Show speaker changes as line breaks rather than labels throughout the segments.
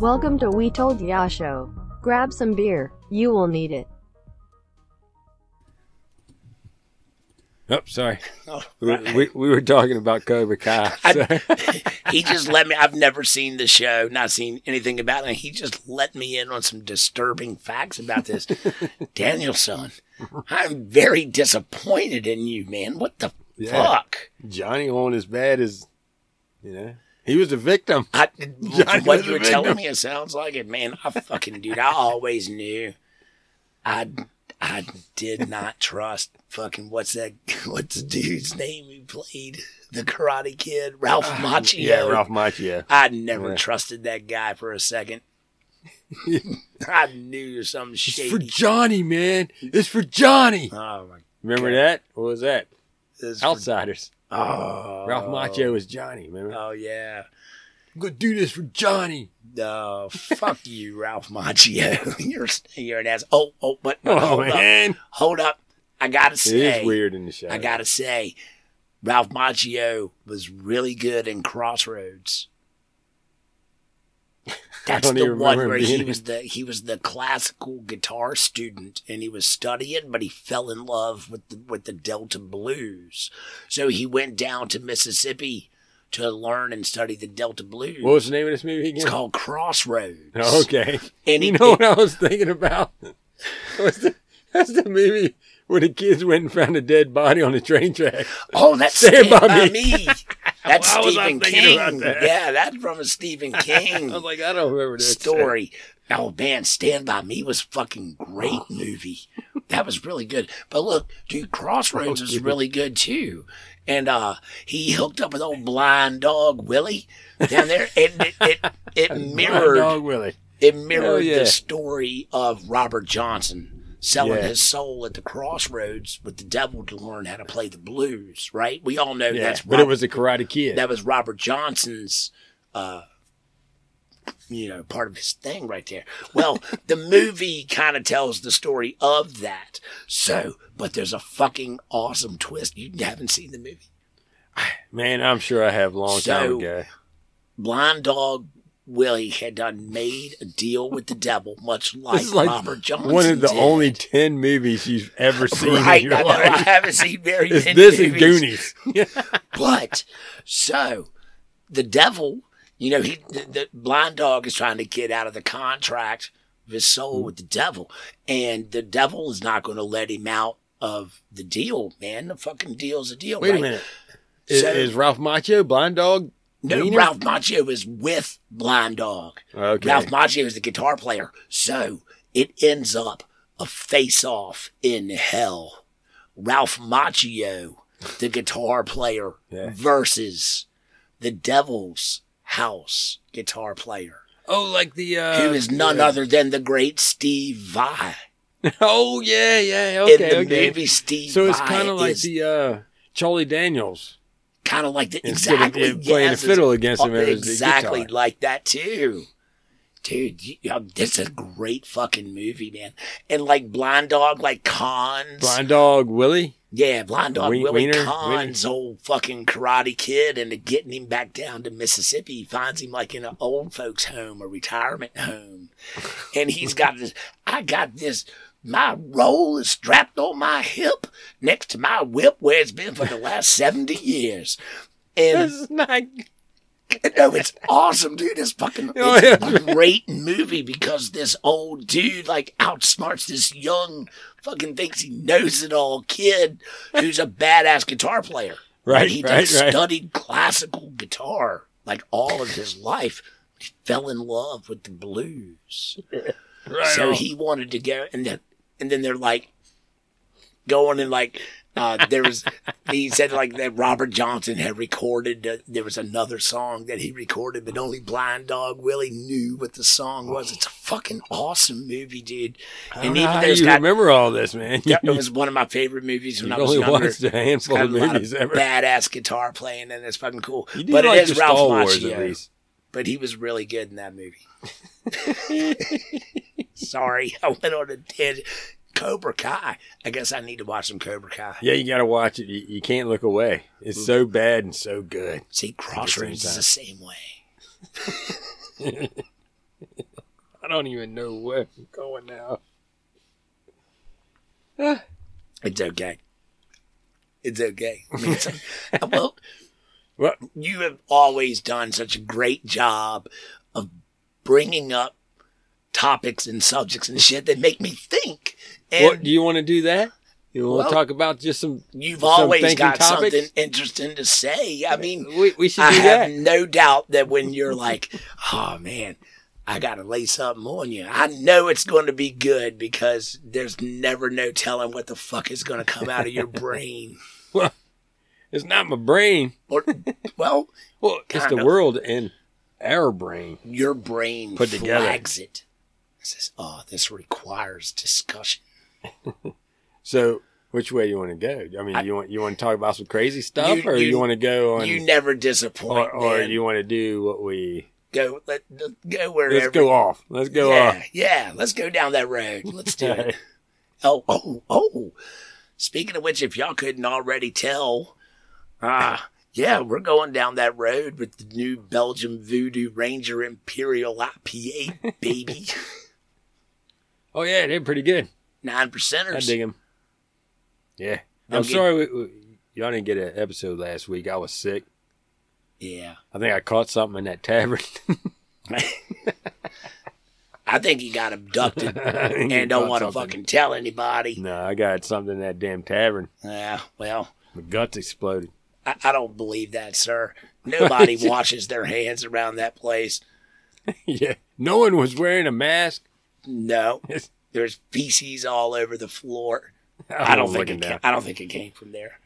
Welcome to We Told Ya Show. Grab some beer, you will need it.
Oh, sorry.
Oh,
We, we, we were talking about Cobra Kai. so-
he just let me. I've never seen the show, not seen anything about it. And he just let me in on some disturbing facts about this Danielson. I'm very disappointed in you, man. What the
Yeah.
fuck?
Johnny on as bad as, you know, he was the victim.
I,
Johnny
what
was
you
a
were telling
victim.
me, it sounds like it, man. I fucking dude, I always knew. I I did not trust fucking what's that? What's the dude's name who played the Karate Kid? Ralph Macchio.
Uh, Yeah, Ralph Macchio.
I never
Yeah.
trusted that guy for a second. I knew some shady.
For Johnny, man. It's for Johnny.
oh my!
Remember
Okay.
that? What was that?
This for-
Outsiders.
oh,
Ralph Macchio was Johnny, remember?
Oh yeah.
I'm going to do this for Johnny.
Oh fuck you, Ralph Macchio. you're you're an ass. Oh oh, but
Oh,
hold up,
man.
hold up. I gotta
It
say,
is weird in the show.
I gotta say, Ralph Macchio was really good in Crossroads. That's
don't
the
even
one
remember
where
him being
he
in
was the he was the classical guitar student and he was studying, but he fell in love with the, with the Delta blues. So he went down to Mississippi to learn and study the Delta blues.
What was the name of this movie again?
it's called Crossroads.
Oh, okay.
And
you
he-
know what I was thinking about? What's the, that's the movie where the kids went and found a dead body on the train track.
Oh, that's
Stand
Stand,
by
by,
Me.
me. That's
Why was I
Stephen
thinking
King.
about that?
Yeah, that's from a Stephen King.
I was like, I don't remember this
story. Oh man, Stand By Me was fucking great
Oh.
movie. That was really good. But look, dude, Crossroads is really good too. And uh he hooked up with old blind dog Willie down there and it it, it
Mirror
mirrored
Dog Willie.
it mirrored
Oh, yeah.
the story of Robert Johnson selling
Yeah.
his soul at the crossroads with the devil to learn how to play the blues, right? We all know
Yeah,
that's
but it was a Karate Kid.
that was Robert Johnson's, uh, you know, part of his thing right there. Well, the movie kind of tells the story of that. So, but there's a fucking awesome twist. You haven't seen the movie.
Man, I'm sure I have long time
So-
ago.
Blind Dog Willie had done made a deal with the devil, much like,
This is like
Robert Johnson.
one of the
did.
only ten movies you've ever seen
Right,
in
I,
your
know, I
life.
haven't seen very
It's
many
this and
movies.
Goonies.
But so the devil, you know, he the, the blind dog is trying to get out of the contract of his soul with the devil, and the devil is not going to let him out of the deal, man. The fucking deal's a deal.
Wait a
right?
minute. Is,
So-
is Ralph Macchio Blind Dog?
No,
Wiener?
Ralph Macchio is with Blind Dog.
Okay.
Ralph Macchio is the guitar player. So it ends up a face off in hell. Ralph Macchio, the guitar player,
Yeah.
versus the Devil's House guitar player,
Oh, like the uh,
who is none other than the great Steve Vai.
Oh yeah, yeah. Okay,
in the
okay.
movie, Steve
So it's
kind of
like the uh, Charlie Daniels
kind of like the
instead of
exactly
uh, playing
yes,
the fiddle against him. it was the
Oh, exactly
guitar.
like that too dude you, um, this is a great fucking movie man and like blind dog like cons
Blind Dog Willie.
yeah blind dog
Wien-
willie
Wiener?
cons old fucking karate kid into getting him back down to mississippi he finds him like in an old folks home a retirement home and he's got this i got this my roll is strapped on my hip next to my whip where it's been for the last 70 years and
That's not.
no, it's awesome, dude. It's fucking
Oh,
it's
yeah.
a great movie because this old dude like outsmarts this young fucking thinks he knows it all kid who's a badass guitar player.
Right,
And he
right,
just
right.
studied classical guitar like all of his life. He fell in love with the blues.
Right
So
on.
he wanted to go, and then and then they're like going and like Uh, there was, he said like that Robert Johnson had recorded, uh, there was another song that he recorded, but only Blind Dog Willie knew what the song was. It's a fucking awesome movie, dude.
I don't know how you remember all this, man.
Yep,
You-
it was one of my favorite movies when
You've
I was
only
younger.
watched a handful
Got
of
a lot
movies ever.
Badass guitar playing, and it's fucking cool.
you do
But
like
it
the
is Ralph
Star Wars
Macchio,
at least.
but he was really good in that movie. Sorry, I went on a tangent. Cobra Kai. I guess I need to watch some Cobra Kai.
Yeah, you got to watch it. You, you can't look away. It's so bad and so good.
See, Crossroads is the same way.
I don't even know where I'm going now.
It's okay. It's okay. I mean, it's- well,
Well,
you have always done such a great job of bringing up topics and subjects and shit that make me think. And
what do you want to do that? You want
Well-
to talk about just some?
you've
some
always
thinking
got
topics?
something interesting to say. I mean,
We, we should do
I
that.
have no doubt that when you're like, oh man, I got to lay something on you, I know it's going to be good because there's never no telling what the fuck is going to come out of your brain.
It's not my brain.
Or, well,
Well, it's
Kind
the
of.
world and our brain.
your brain
Put together.
flags it. It says, oh, this requires discussion.
So, which way you want to go? I mean, you want you want to talk about some crazy stuff,
You-
or you,
you-
want to go on,
you never
or,
disappoint,
or
man.
you want to do what we?
go, let, go wherever.
Let's go off. Let's go uh,
yeah,
off.
yeah, let's go down that road. Let's do it. Oh, oh, oh. Speaking of which, if y'all couldn't already tell, uh, yeah, we're going down that road with the new Belgium Voodoo Ranger Imperial IPA, baby.
Oh yeah, they're pretty good.
Nine
I
percenters.
dig them. Yeah, I'm
Okay.
sorry we, we, y'all didn't get an episode last week. I was sick.
Yeah.
I think I caught something in that tavern.
I think he got abducted
and
and don't want to fucking tell anybody.
No, I got something in that damn tavern.
Yeah, well,
My guts exploded.
I, I don't believe that, sir. Nobody washes their hands around that place.
yeah, no one was wearing a mask.
No.
Yes.
There's feces all over the floor. I don't think it
now.
came, I don't think it came from there.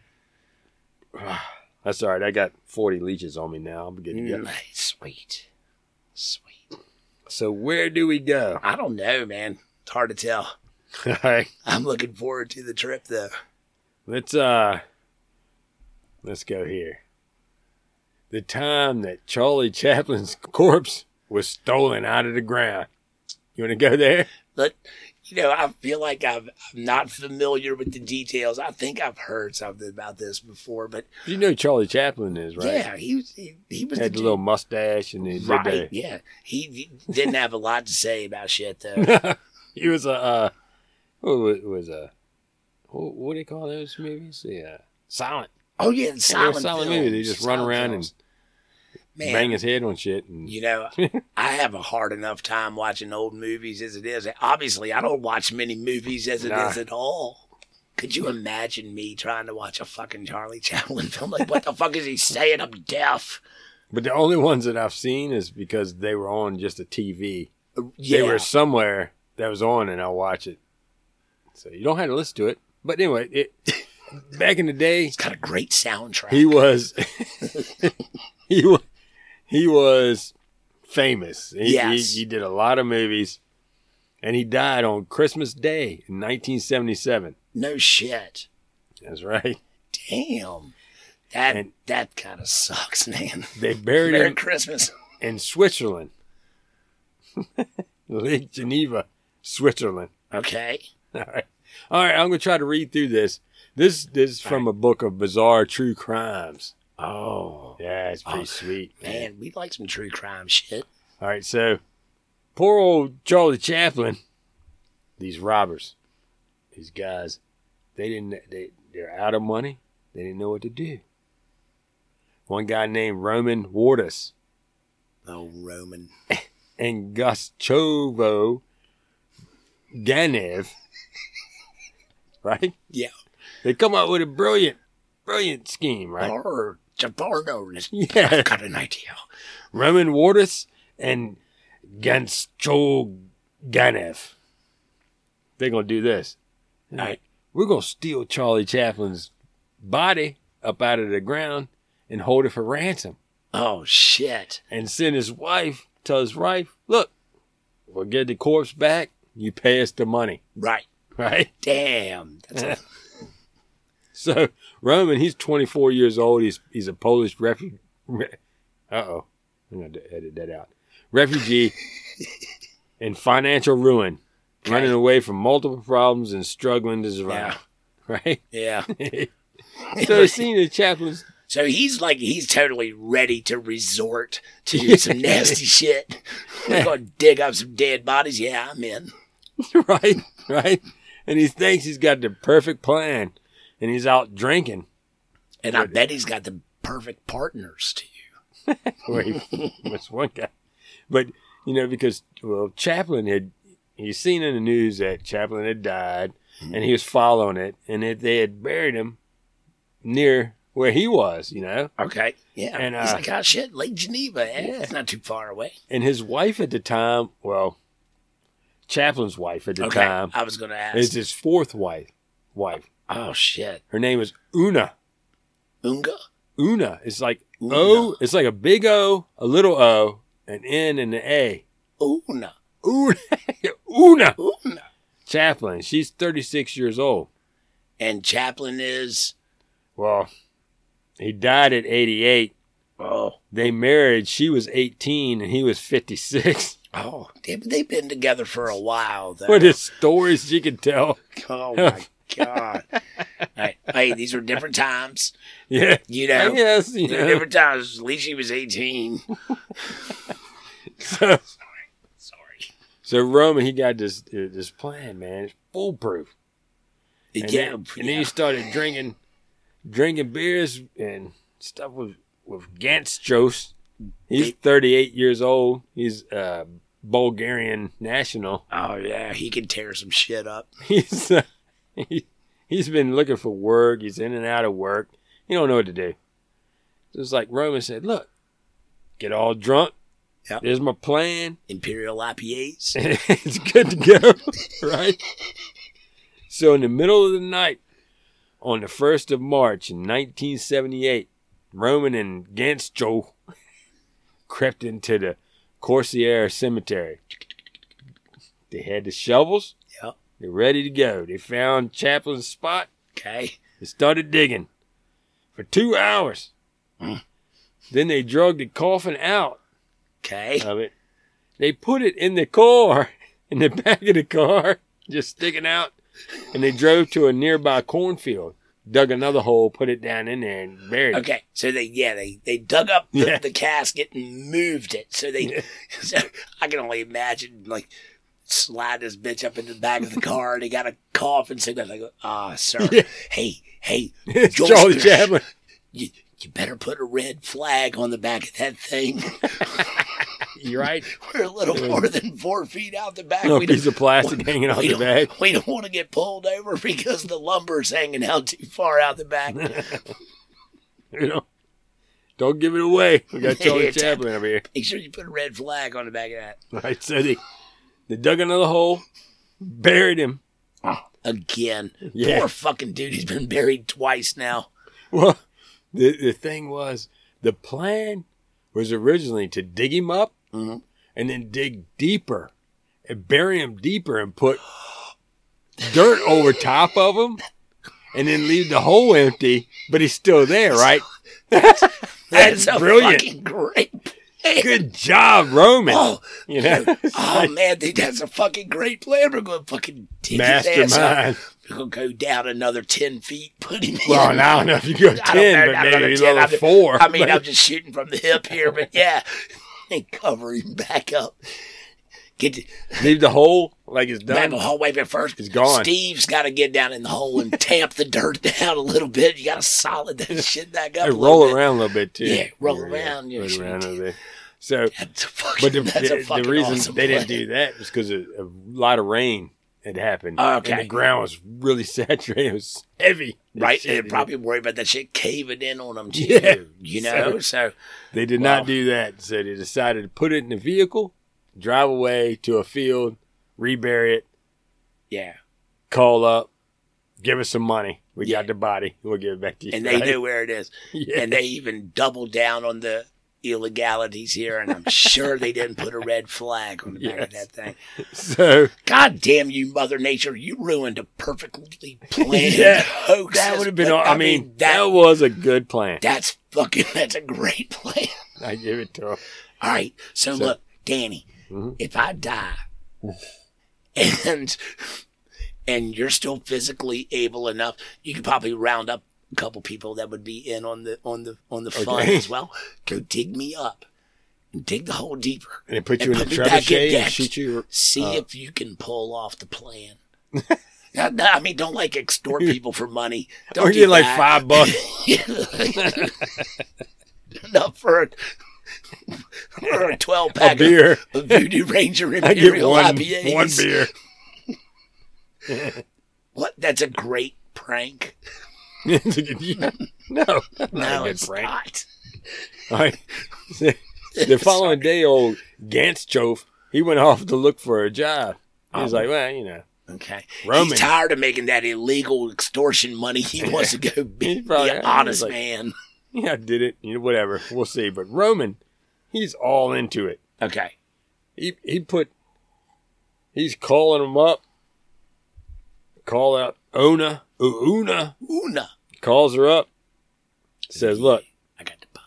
That's all right. I got 40 leeches on me now. I'm getting
Mm,
good.
Sweet. Sweet.
So where do we go?
I don't know, man. It's hard to tell.
all right,
I'm looking forward to the trip though.
let's uh, let's go here. The time that Charlie Chaplin's corpse was stolen out of the ground. You want to go there?
But you know, I feel like I've, I'm not familiar with the details. I think I've heard something about this before, but
You know who Charlie Chaplin is, right?
yeah, he was he, he was
Had
the
the little mustache and he
dude-
did
right.
the-
Yeah, he, he didn't have a lot to say about shit though.
he was a uh, what was, was a what, what do you call those movies? Yeah, silent.
oh yeah, and
They were
silent,
silent
films,
movies. They just run
silent
around
films.
and
Man,
bang his head on shit. And
You know, I have a hard enough time watching old movies as it is. Obviously, I don't watch many movies as it is
Nah.
at all. Could you imagine me trying to watch a fucking Charlie Chaplin film? Like, what the fuck is he saying? I'm deaf.
but the only ones that I've seen is because they were on just a TV.
Yeah,
They were somewhere that was on, and I watch it. So you don't have to listen to it. But anyway, it back in the day,
it's got a great soundtrack.
he was he was he was famous. He,
Yes.
he, he did a lot of movies, and he died on Christmas Day in 1977.
no shit.
That's right.
Damn, that
And-
that kind of sucks, man.
They buried
Merry
him
Christmas.
in Switzerland, Lake Geneva, Switzerland.
Okay,
All right, all right. I'm gonna try to read through this. This this is from a book of bizarre true crimes. Oh, yeah, it's pretty
Oh,
sweet,
man, we like some true crime shit.
All right, so poor old Charlie Chaplin, these robbers, these guys, they didn't they they're out of money. They didn't know what to do. One guy named Roman Wardus
Oh, Roman.
and Gustavo Ganev, right?
Yeah,
They come up with a brilliant, brilliant scheme, right?
or Jabarno.
Yeah,
I got an idea.
Roman Wardus and Ganschol Ganev. They're gonna do this.
All right.
We're gonna steal Charlie Chaplin's body up out of the ground and hold it for ransom
Oh shit.
and send his wife, tell his wife, look, we'll get the corpse back. You pay us the money,
Right.
right?
Damn. That's a-
So Roman, he's 24 years old. He's he's a Polish refugee. Uh oh, I'm gonna edit that out. Refugee in financial ruin, running away from multiple problems and struggling to survive. Right.
yeah.
so seeing the chaplains,
So he's like he's totally ready to resort to some nasty shit. We're gonna dig up some dead bodies. Yeah, I'm in.
right, right, and he thinks he's got the perfect plan, and he's out drinking.
And I bet he's got the perfect partners too.
where he was one guy. But you know, because well, Chaplin had he's seen in the news that Chaplin had died, and he was following it, and that they had buried him near where he was, you know,
Okay. Yeah.
And,
he's
uh,
like, oh shit, Lake Geneva. Eh? It's not too far away.
and his wife at the time, well, Chaplin's wife at the
Okay.
time
I was gonna ask.
is his fourth wife. Wife.
oh shit,
Her name is Una.
Unga.
Una. It's like
Una.
O. It's like a big O, a little O, an N, and an A.
Una.
Una. Una.
Una.
Chaplin. She's 36 years old.
And Chaplin is.
Well, he died at 88.
Oh.
They married. She was 18 and he was 56.
Oh. They, they've been together for a while though.
What is stories you can tell?
oh my god. hey, hey, these were different times.
Oh, Yeah.
You know.
Yes. You
These were
know.
different times. At least she was eighteen.
So,
Sorry.
so Roman, he got this uh, this plan, man. It's foolproof. And Then,
yeah. yeah.
and then he started drinking drinking beers and stuff with with Ganstjos. He's 38 years old. He's uh, Bulgarian national.
oh yeah, he can tear some shit up.
he's uh, he, he's been looking for work. He's in and out of work. He don't know what to do. So it's like Roman said, "Look, get all drunk.
Yep.
There's my plan.
Imperial IPAs.
it's good to go, right?" So in the middle of the night, on the first of March in 1978, Roman and Ganstjo crept into the Corsair Cemetery. They had the shovels.
Yep.
They're ready to go. They found Chaplin's spot
Okay.
and started digging for two hours. Then they drug the coffin out
Okay.
of it. They put it in the car, in the back of the car, just sticking out. And they drove to a nearby cornfield, dug another hole, put it down in there, and buried
Okay, so they yeah they they dug up the,
Yeah.
the casket and moved it. So they, so I can only imagine like slide this bitch up in the back of the car. and They got a coffin signal. Like ah, sir,
Yeah.
hey hey,
it.
Joel
Charlie
Fish,
Chaplin.
You, you better put a red flag on the back of that thing.
You right?
We're a little more than four feet out the back.
A
we don't-
piece of plastic hanging off
we
the
don't-
back.
We don't want to get pulled over because the lumber's hanging out too far out the back.
You know, don't give it away. We got Charlie
Yeah, Chap-
Chaplin over here.
Make sure you put a red flag on the back of that
Right, so they, they dug another hole, buried him.
again.
Yeah.
Poor fucking dude. He's been buried twice now.
Well, the, the thing was, the plan was originally to dig him up
Mhm.
and then dig deeper and bury him deeper and put dirt over top of him and then leave the hole empty, but he's still there, right?
That's, a
brilliant.
fucking great. plan.
Good job, Roman.
Oh,
you know, It's
oh man, dude, that's a fucking great plan. We're gonna fucking dig his ass up.
mastermind.
We're gonna go down another ten feet, put him in.
Well, and I don't know if you go
I don't know,
ten,
I
but
don't know,
maybe
10,
level
I'm-
four.
I mean,
but-
I'm just shooting from the hip here, but yeah, and cover him back up. Get the,
leave the hole like it's
back
done.
the hallway, but first
It's gone.
Steve's got to get down in the hole and tamp the dirt down a little bit. You got to solid that shit back up.
They
a little
roll
bit.
around a little bit too.
Yeah, roll around, yeah,
roll
sure
around a
you
little bit. So,
That's a fucking.
but the,
that's a
the,
fucking
the reason
awesome
they didn't
plan.
do that was because a, a lot of rain had happened. and
Okay.
the ground was really saturated. It was heavy, The
right?
shit.
They're probably worried about that shit caving in on them too.
Yeah.
You know, so,
They did
Wow.
not do that, so they decided to put it in the vehicle, drive away to a field, rebury it,
yeah,
call up, give us some money. We
Yeah.
got the body. We'll give it back to you.
and they
right?
knew where it is.
Yeah.
And they even doubled down on the illegalities here. And I'm sure they didn't put a red flag on the back of
Yes.
that thing.
so
God damn you, Mother Nature! You ruined a perfectly planned
Yeah,
hoax.
that would have been.
But,
all- I, mean, that,
that
was a good plan.
that's fucking that's a great plan.
I give it to him.
All right, so,
So-
look, Danny,
Mhm.
if I die, and and you're still physically able enough, you could probably round up a couple people that would be in on the on the on the fun
Okay.
as well. Go dig me up, and dig the hole deeper.
And they put you
And
in
put
the
me back in
trebuchet and
debt.
shoot you.
See
Uh,
if you can pull off the plan. Now, no, I mean, don't like extort people for money. Don't
Or
do
you like
that.
five bucks.
Enough for a, for a 12 pack of
beer.
of Voodoo Ranger
I get
Imperial
one,
IPAs.
one beer.
What? That's a great prank.
no, that's not
No,
a good
it's
prank.
not.
All right. the following day, old Ganschov, he went off to look for a job. He
Oh.
was like, well, you know,
Okay.
Roman.
He's tired of making that illegal extortion money. He wants to go be,
He probably-
be an honest
he's like-
man.
yeah, I did it. You know, whatever. We'll see. But Roman, he's all into it.
Okay.
He he put. He's calling him up. Call out Ona. Ooh, Una
Una.
calls her up. Says, look,
I got the body.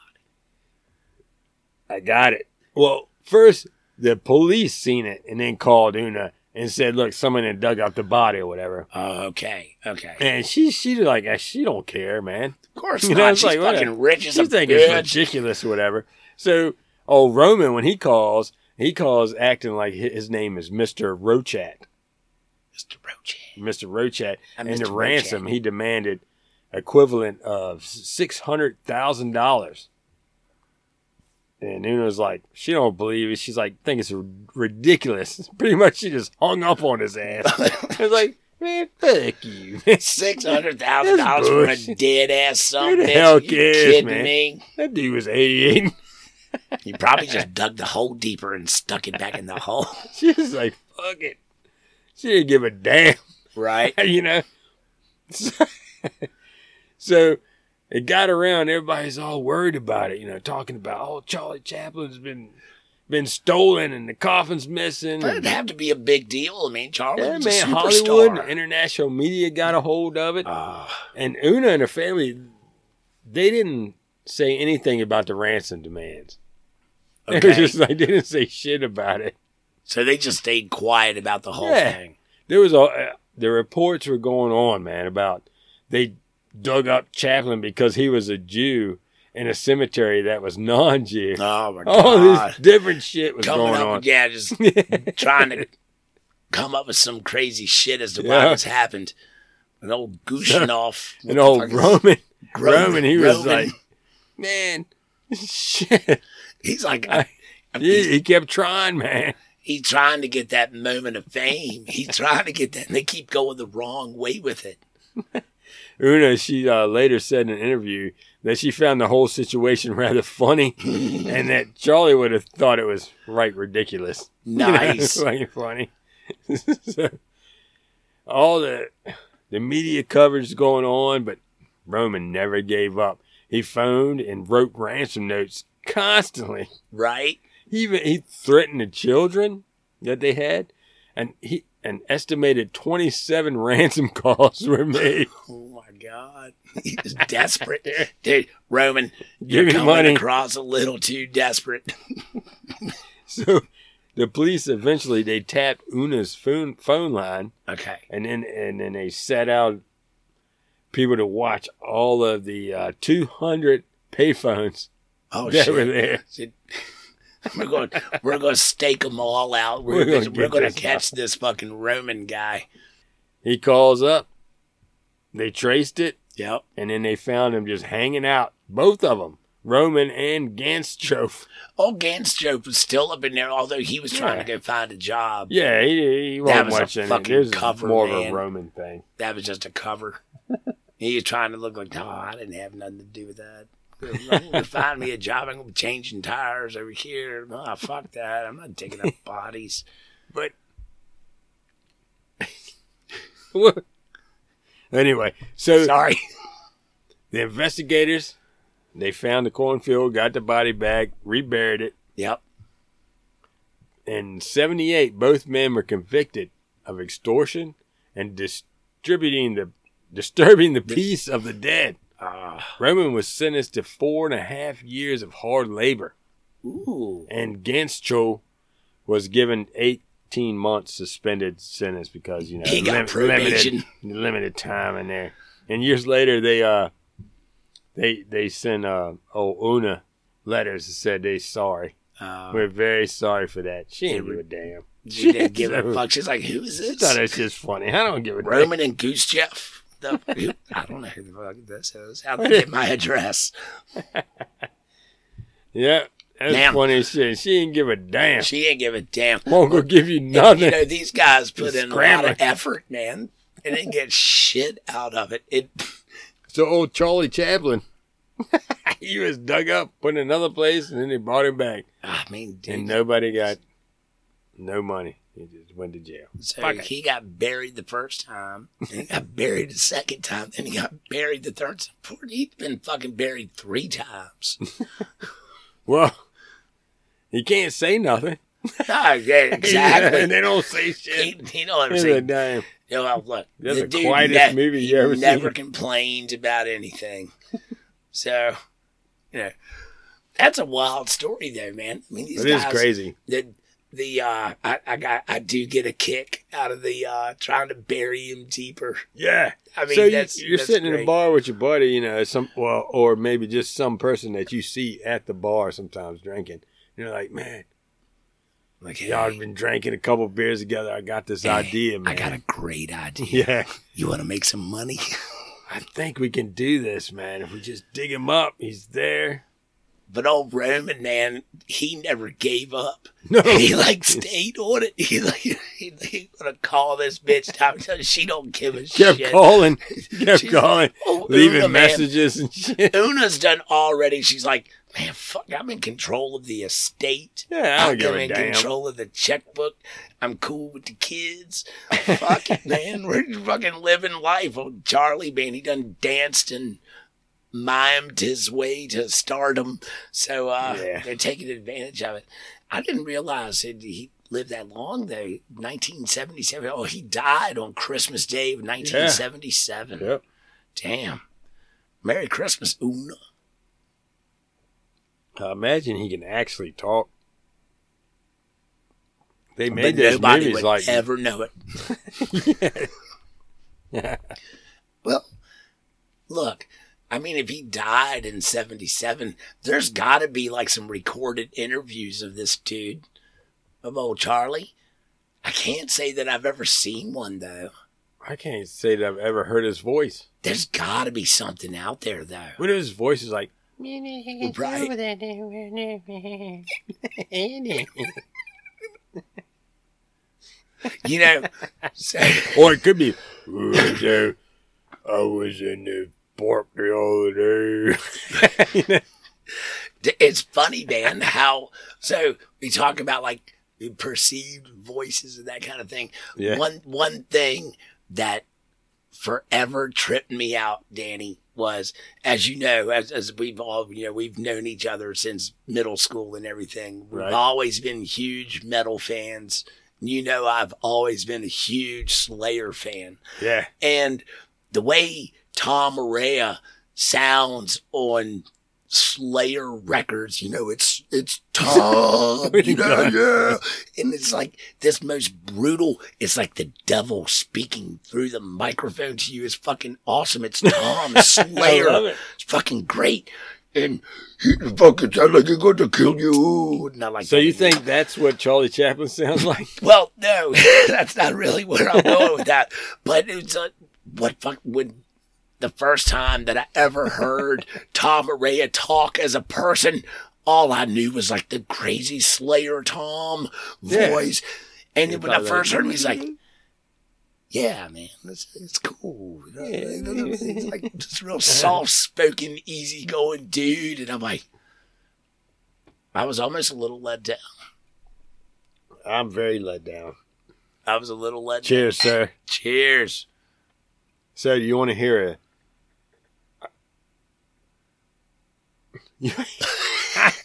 I got it. Well, first the police seen it and then called Una and said, "Look, someone had dug up the body or whatever."
Oh, okay. Okay.
And she she like "Ah, she don't care, man.
Of course
You know,
not.
it's
She's
like, what
fucking
a-
rich as
She
a
think it's
bitch.
ridiculous or whatever. So, old Roman when he calls, he calls acting like hi- his name is Mister Rochat,
Mr. Roach.
Mister Rochat,
I'm
and
Mr.
the ransom
Rochat.
he demanded equivalent of six hundred thousand dollars. And Una's like, she don't believe it. She's like, think it's r- ridiculous. Pretty much, she just hung up on his ass. it's like, man, fuck you.
Six hundred thousand dollars for a
bullshit.
dead ass son.
Who the
bitch.
hell
you
cares,
kidding
man?
me?
that dude was eighty-eight.
He probably just dug the hole deeper and stuck it back in the hole.
She was like, fuck it. She didn't give a damn,
Right.
you know? So, so it got around. Everybody's all worried about it, you know, talking about, oh, Charlie Chaplin's been been stolen and the coffin's missing.
But it'd
And,
have to be a big deal. I mean, Charlie
yeah,
was
man,
a superstar.
Hollywood and international media got a hold of it.
Ah,
and Una and her family, they didn't say anything about the ransom demands. It
okay.
was just like, they didn't say shit about it.
so they just stayed quiet about the whole
Yeah.
thing.
there was a uh, the reports were going on, man, about they dug up Chaplin because he was a Jew in a cemetery that was non-Jew.
Oh my
All
god.
this different shit was
Coming
going
up,
on.
yeah, just trying to come up with some crazy shit as to why
Yeah.
this happened. An old Gushinoff.
and old Roman, Roman, he was
Roman.
like, man, shit.
he's like,
I- He,
he's,
he kept trying, man.
he's trying to get that moment of fame. He's trying to get that, and they keep going the wrong way with it.
Una, she uh, later said in an interview that she found the whole situation rather funny, and that Charlie would have thought it was right ridiculous. You know,
Nice.
it's fucking funny. So, all the the media coverage is going on, but Roman never gave up. He phoned and wrote ransom notes constantly.
right?
He even he threatened the children that they had, and he an estimated twenty seven ransom calls were made.
Oh my God. He was desperate. Dude, Roman,
Give
you're
me
coming
money.
across a little too desperate.
So the police eventually they tapped Una's phone phone line
Okay.
and then and then they set out people to watch all of the uh, 200 payphones
Oh,
that
shit.
were there.
Shit. We're going to we're going to stake them all out. We're,
We're
gonna,
gonna
we're
get
going to
this
catch this fucking Roman guy.
He calls up. They traced it,
Yep.
and then they found him just hanging out. Both of them, Roman and Ganschov.
Old Ganstrope was still up in there, although he was trying
Yeah.
to go find a job.
Yeah, he, he wasn't
That was a
watching it.
fucking
This is
cover,
more of
man.
a Roman thing.
That was just a cover. he was trying to look like, no, I didn't have nothing to do with that. I'm going to find me a job. I'm going to be changing tires over here. Nah, fuck that. I'm not taking up bodies.
What? Anyway, so
Sorry.
the investigators they found the cornfield, got the body back, reburied it.
Yep.
In '78, both men were convicted of extortion and distributing the disturbing the peace of the dead.
Ah.
Roman was sentenced to four and a half years of hard labor,
ooh.
and Ganschel was given 18 months suspended sentence because you know
He
limited
got probation.
limited time in there. And years later, they uh they they sent uh old Una letters that said they sorry.
Uh,
We're very sorry for that. She ain't
Yeah,
give a damn.
she didn't give a
So-
fuck. She's like, who is
She thought
this?
that's just funny. I don't give a damn.
Roman and Goose Jeff. The- who- I don't know who the fuck this is. How they get my address?
Yeah, that's
Damn.
funny as shit. She ain't give a damn.
She didn't give a damn.
Won't go give you nothing.
You know, these guys put
Just
in a lot
scrambling.
of effort, man. They didn't get shit out of it. It
So old Charlie Chaplin, he was dug up, put in another place, and then they brought him back.
I mean,
And
dude,
nobody got no money. He just went to jail.
so
fuck it.
he got buried the first time, and he got buried the second time, and he got buried the third time. Poor, he's been fucking buried three times.
Well, he can't say nothing.
no, Ah, yeah,
and
exactly.
they don't say
he,
shit.
he don't ever
He's
say
a damn.
You know, look,
That's
the
the
dude
quietest
ne-
movie
he
you ever
never
seen.
complained about anything. so, you know, that's a wild story, though, man. I mean, these
It is
guys,
crazy.
The, the uh, I, I got, I do get a kick out of the uh, trying to bury him deeper.
Yeah.
I mean,
so you-
that's
you're
that's
sitting in a
great.
bar with your buddy, you know, some well, or maybe just some person that you see at the bar sometimes drinking. And you're like, man,
Like, hey,
y'all have been drinking a couple beers together. I got this
hey,
idea, man.
I got a great idea.
yeah.
You want to make some money?
I think we can do this, man. If we just dig him up, he's there.
But old Roman man, he never gave up.
No,
he like stayed on it. He like he, he gonna call this bitch time and tell her she don't give a
kept
shit.
calling, kept
She's-
calling,
Oh,
leaving
Una, man.
messages and shit.
Una's done already. She's like, man, fuck, I'm in control of the estate.
Yeah, I don't
I'm
give a
in
damn.
control of the checkbook. I'm cool with the kids. Fuck it, man. We're fucking living life. Oh, Charlie, man, he done danced and mimed his way to stardom. So uh,
Yeah.
they're taking advantage of it. I didn't realize that he lived that long, though. 1977. Oh, he died on Christmas Day of 1977.
Yep.
Damn. Merry Christmas, Una.
I imagine he can actually talk. They
But
made this
nobody
movies
would
like
ever know it.
yeah,
Well, look, I mean, if he died in 77, there's got to be like some recorded interviews of this dude, of old Charlie. I can't say that I've ever seen one, though.
I can't say that I've ever heard his voice.
There's got to be something out there, though.
What if his voice is like?
Right. You know, so,
Or "Oh, it could be. "Ooh, so I was in the park the other day.
it's funny, man, how. So we talk about like perceived voices and that kind of thing.
Yeah.
One one thing that forever tripped me out, Danny, was as you know, as, as we've all you know, we've known each other since middle school and everything. We've
Right.
always been huge metal fans. You know, I've always been a huge Slayer fan.
Yeah,
And the way Tom Araya sounds on Slayer records, you know, it's it's Tom, you know, yeah. And it's like this most brutal. It's like the devil speaking through the microphone to you is fucking awesome. It's Tom
I love
Slayer.
it.
It's fucking great. And he fucking sound like he's going to kill you. Not like
So
that.
you think that's what Charlie Chaplin sounds like?
Well, no, that's not really where I'm going with that. But it's uh, what fuck when the first time that I ever heard Tom Araya talk as a person, all I knew was like the crazy Slayer Tom
Yeah.
voice. And then when I
thought
first
that-
heard him, he's like, "Yeah, man, it's, it's cool." You know, It's like this real soft-spoken, easygoing dude, and I'm like, I was almost a little let down.
I'm very let down.
I was a little let down.
Cheers, sir.
Cheers.
So you want to hear a?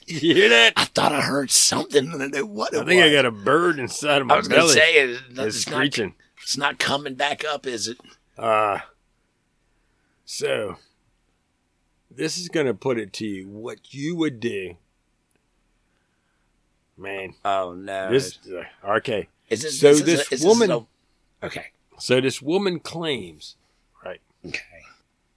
you hear that?
I thought I heard something. and I didn't know what it
I think I
was.
got a bird inside of my
I was gonna
belly.
say it,
it's
it's, not,
screeching.
it's not coming back up, is it?
Uh, so this is gonna put it to you what you would do, man.
Oh no!
This uh, RK.
is this,
so
this is
this
a- is a-
woman-
okay.
So this woman claims, right?
Okay.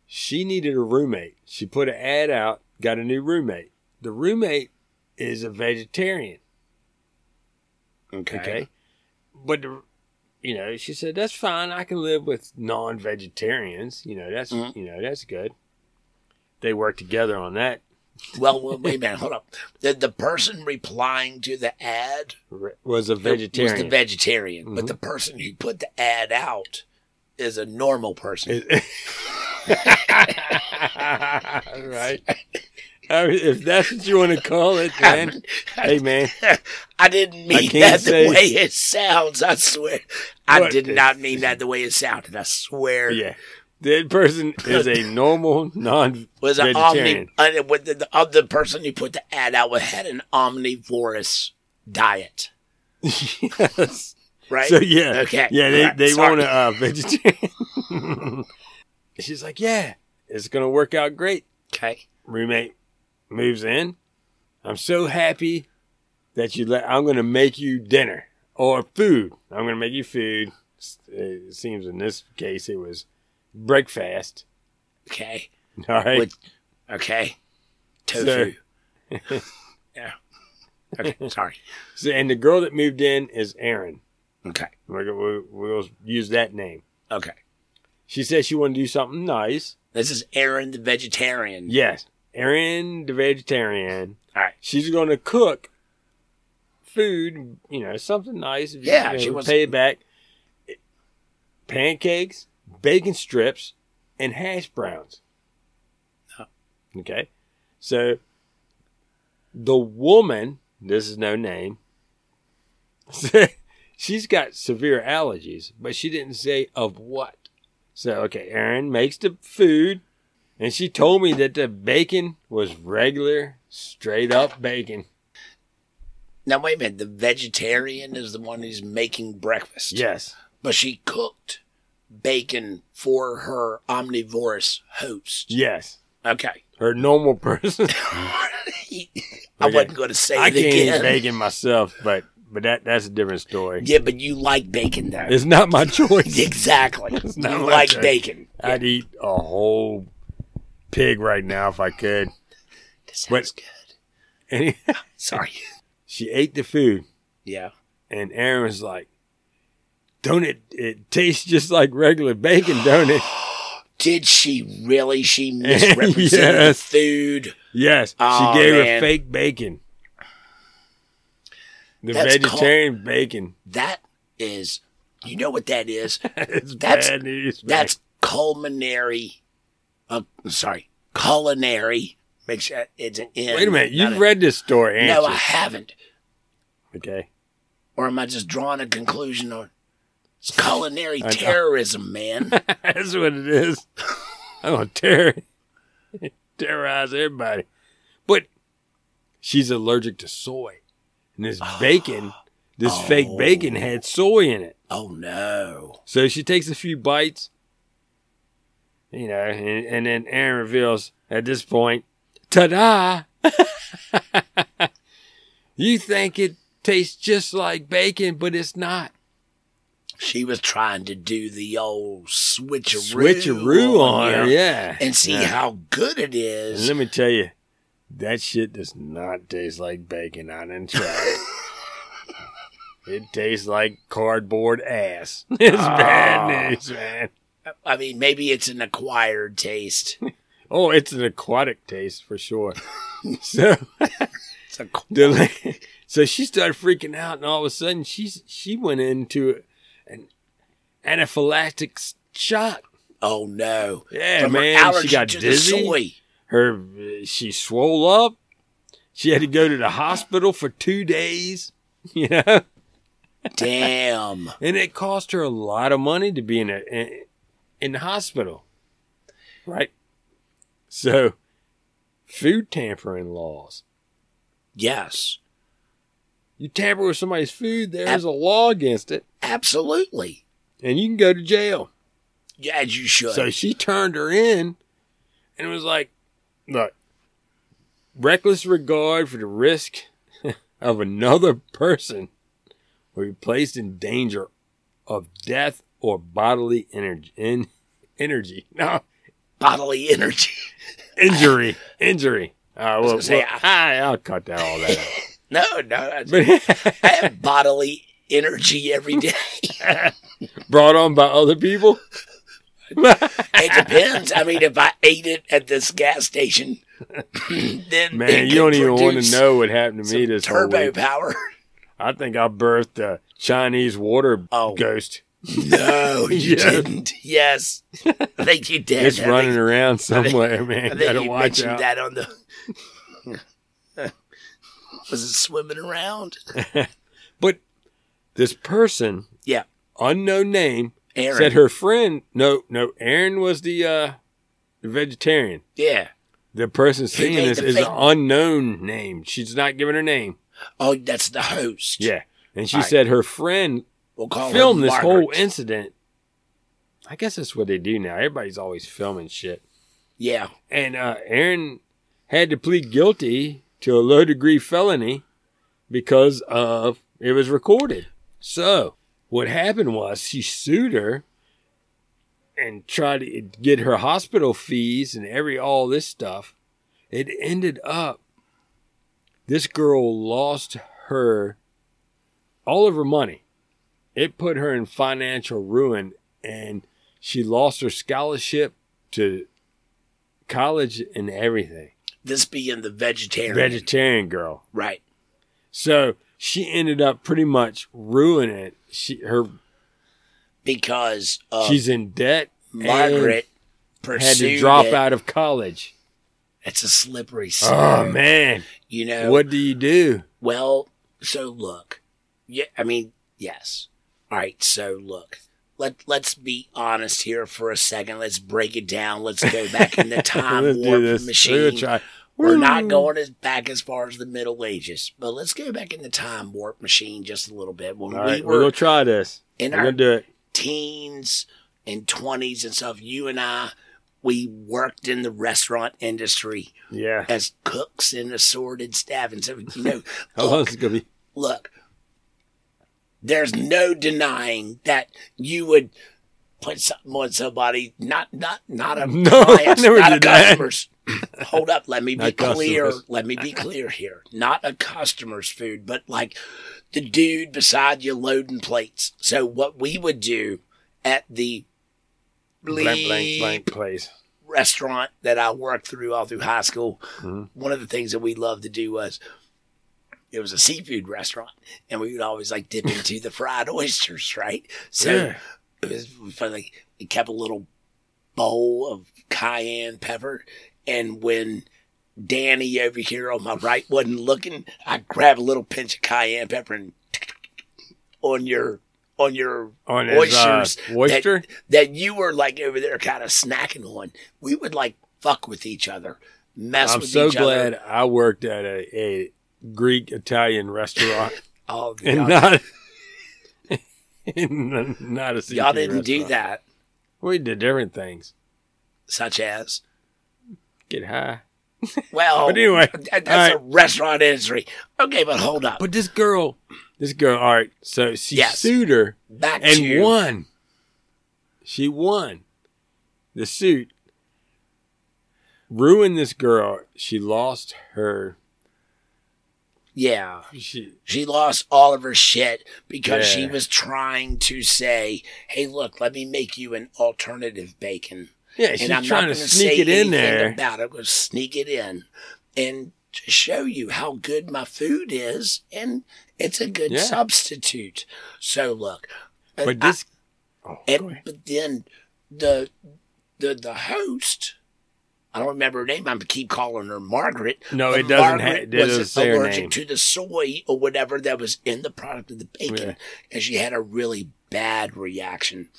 She needed a roommate. She put an ad out, got a new roommate. The roommate is a vegetarian.
Okay.
Okay. But, the, you know, she said, that's fine. I can live with non vegetarians. You know, that's,
Mhm.
you know, that's good. They work together on that.
Well, well, wait a minute. Hold up. The, the person replying to the ad
Re- Was a
was the
vegetarian.
vegetarian,
Mhm.
but the person who put the ad out is a normal person.
right. I mean, if that's what you want to call it, man. hey, man.
I didn't
I
mean
can't
that the
say-
way it sounds. I swear, I
What?
did not mean that the way it sounded. I swear.
Yeah. That person is a normal non
Was an
vegetarian.
omni uh, with the, the other person who put the ad out with- had an omnivorous diet,
yes.
right?
So yeah,
Okay.
yeah, they
Alright,
they
sorry.
want a uh, vegetarian. She's like, yeah, it's gonna work out great.
Okay.
Roommate moves in. I'm so happy that you let. I'm gonna make you dinner or food. I'm gonna make you food. S- It seems in this case it was breakfast.
Okay.
All right.
With- Okay. Tofu. yeah. Okay. Sorry.
So, and the girl that moved in is Erin.
Okay.
We're gonna- We'll, we'll use that name.
Okay.
She said she wanted to do something nice.
This is Aaron the vegetarian.
Yes. Erin, the vegetarian.
All right.
She's going to cook food, you know, something nice. you
Yeah,
know,
she wants-
pay it back. Pancakes, bacon strips, and hash browns.
Oh.
Okay. So the woman, this is no name, she's got severe allergies, but she didn't say of what. So, okay, Erin makes the food, and she told me that the bacon was regular, straight up bacon.
Now wait a minute. The vegetarian is the one who's making breakfast.
Yes.
But she cooked bacon for her omnivorous host.
Yes.
Okay.
Her normal person.
I
Okay.
wasn't going to say
I
it
can't eat
again.
bacon myself, but but that that's a different story.
Yeah, but you like bacon though.
It's not my choice.
exactly.
not
You
my
like
choice.
bacon.
I'd eat a whole pig right now if I could.
This
But-
sounds good.
And
Sorry.
she ate the food,
Yeah.
and Aaron was like, "Don't it? It tastes just like regular bacon, don't it?"
Did she really? She misrepresented the
Yes.
food.
Yes.
Aw,
she gave her
Oh, man.
fake bacon. The
That's
vegetarian bacon.
That is, you know what that is?
it's
That's-
bad news. man.
That's culinary. Uh, sorry, culinary. Make sure it's an N.
Wait a minute.
not
You've
a-
read this story,
No,
haven't
I haven't.
you? Okay.
Or am I just drawing a conclusion on? It's culinary
I know.
terrorism, man.
That's what it is. I'm gonna terror, terrorize everybody. But she's allergic to soy, and this bacon, this fake bacon, had soy in it.
oh no.
So she takes a few bites, you know, and, and then Aaron reveals at this point, ta-da! you think it tastes just like bacon, but it's not.
She was trying to do the old switcheroo,
Switcheroo on her,
you
yeah.
and see
Yeah.
how good it
And
is.
let me tell you, that shit does not taste like bacon. I didn't try it. it tastes like cardboard ass. Ah. It's bad news, man.
I mean, maybe it's an acquired taste.
Oh, it's an aquatic taste for sure. so,
It's a
the, la- so she started freaking out, and all of a sudden, she she went into an anaphylactic s- shock.
Oh no!
Yeah,
From her
man, she
allergy
got
to
dizzy.
The soy.
her uh, she swole up. She had to go to the hospital for two days, you know,
Damn.
and it cost her a lot of money to be in a, in the hospital. Right? So, food tampering laws.
Yes,
You tamper with somebody's food, there's a law against it,
absolutely.
and you can go to jail.
Yeah, As you should.
So she turned her in and was like, look, reckless regard for the risk of another person will be placed in danger of death or bodily energy. In, energy. No,
Bodily energy.
injury. injury. Uh, well,
say,
well, I, I'll cut that all that out.
No, no. that's-
But
I have bodily energy every day.
brought on by other people?
It depends. I mean, if I ate it at this gas station, then
Man, you don't even want to know what happened to me this whole
turbo
week.
power.
I think I birthed a Chinese water
Oh.
ghost.
No, you
Yes.
didn't. Yes, I think you did.
It's
I
running
Think,
around
think-
somewhere,
I
man. Gotta
think you
watch
mentioned
out.
that on the. Was it swimming around?
But this person,
Yeah,
unknown name,
Aaron.
said her friend. No, no, Aaron was the uh, the vegetarian.
yeah.
The person singing
made
this
the
is
fake-
an unknown name. She's not giving her name.
Oh, that's the host.
Yeah, and she
All right.
said her friend
we'll call her
filmed this whole
Margaret.
incident. I guess that's what they do now. Everybody's always filming shit.
yeah,
and uh, Aaron had to plead guilty to a low degree felony because of it was recorded. So what happened was she sued her and tried to get her hospital fees and every all this stuff. It ended up this girl lost her all of her money. It put her in financial ruin and she lost her scholarship to college and everything.
this being the vegetarian.
Vegetarian girl.
right.
So she ended up pretty much ruining it. She her
Because uh,
she's in debt. and
Margaret
had
pursued
to drop
it.
out of college.
It's a slippery slope.
Oh man,
you know.
what do you do?
Well, so look. Yeah, I mean, yes. All right, so look. Let let's be honest here for a second. Let's break it down. Let's go back in the time
Let's
warp
do this. We're,
machine.
gonna try.
We're not going as back as far as the Middle Ages, but let's go back in the time warp machine just a little bit. When
All
we
right,
were
we're gonna try this.
in
we're
our
gonna do it.
teens and twenties and stuff, you and I, we worked in the restaurant industry
Yeah,
as cooks and assorted staff and so you know.
how long is it gonna be?
look, there's no denying that you would put something on somebody, not not not a
No, I
client,
never
not a
did that.
customer's. Hold up, let me be
Not
clear.
customers.
Let me be clear here. Not a customer's food, but like the dude beside you loading plates. So what we would do at the
Blank, blank, blank place.
restaurant that I worked through all through high school, one of the things that we loved to do was it was a seafood restaurant, and we would always like dip into the fried oysters, right? So
Yeah.
it was fun. Like we kept a little bowl of cayenne pepper, and when Danny over here on my right wasn't looking, I grab a little pinch of cayenne pepper and on your on your
On his, uh,
oysters
oyster?
that, that you were like over there kind of snacking on. We would like fuck with each other, mess
I'm
with
so
each
glad
other.
I worked at a, a Greek Italian restaurant
Oh,
and
y'all,
not and not a
y'all
seafood
didn't do
restaurant.
that,
We did different things.
such as
Get high.
well.
But anyway,
that- that's
all
a restaurant industry. Okay, but hold up.
But this girl, this girl, all right. So she
Yes.
sued her
Back
and
to
won. She won the suit. Ruined this girl. She lost her.
yeah.
She
She lost all of her shit because she
Yeah.
was trying to say, "Hey, look, let me make you an alternative bacon."
yeah. She's trying to
gonna
sneak
say
it in
anything
there.
About it, I'm gonna sneak it in, and to show you how good my food is, and it's a good
Yeah.
substitute. So look, uh,
but
I-
this. oh,
and-
go ahead.
but then the the the host. I don't remember her name. I'm gonna keep calling her Margaret.
No,
but
it doesn't ha- it doesn't
was
say her
allergic
name.
to the soy or whatever that was in the product of the bacon,
Yeah.
and she had a really bad reaction.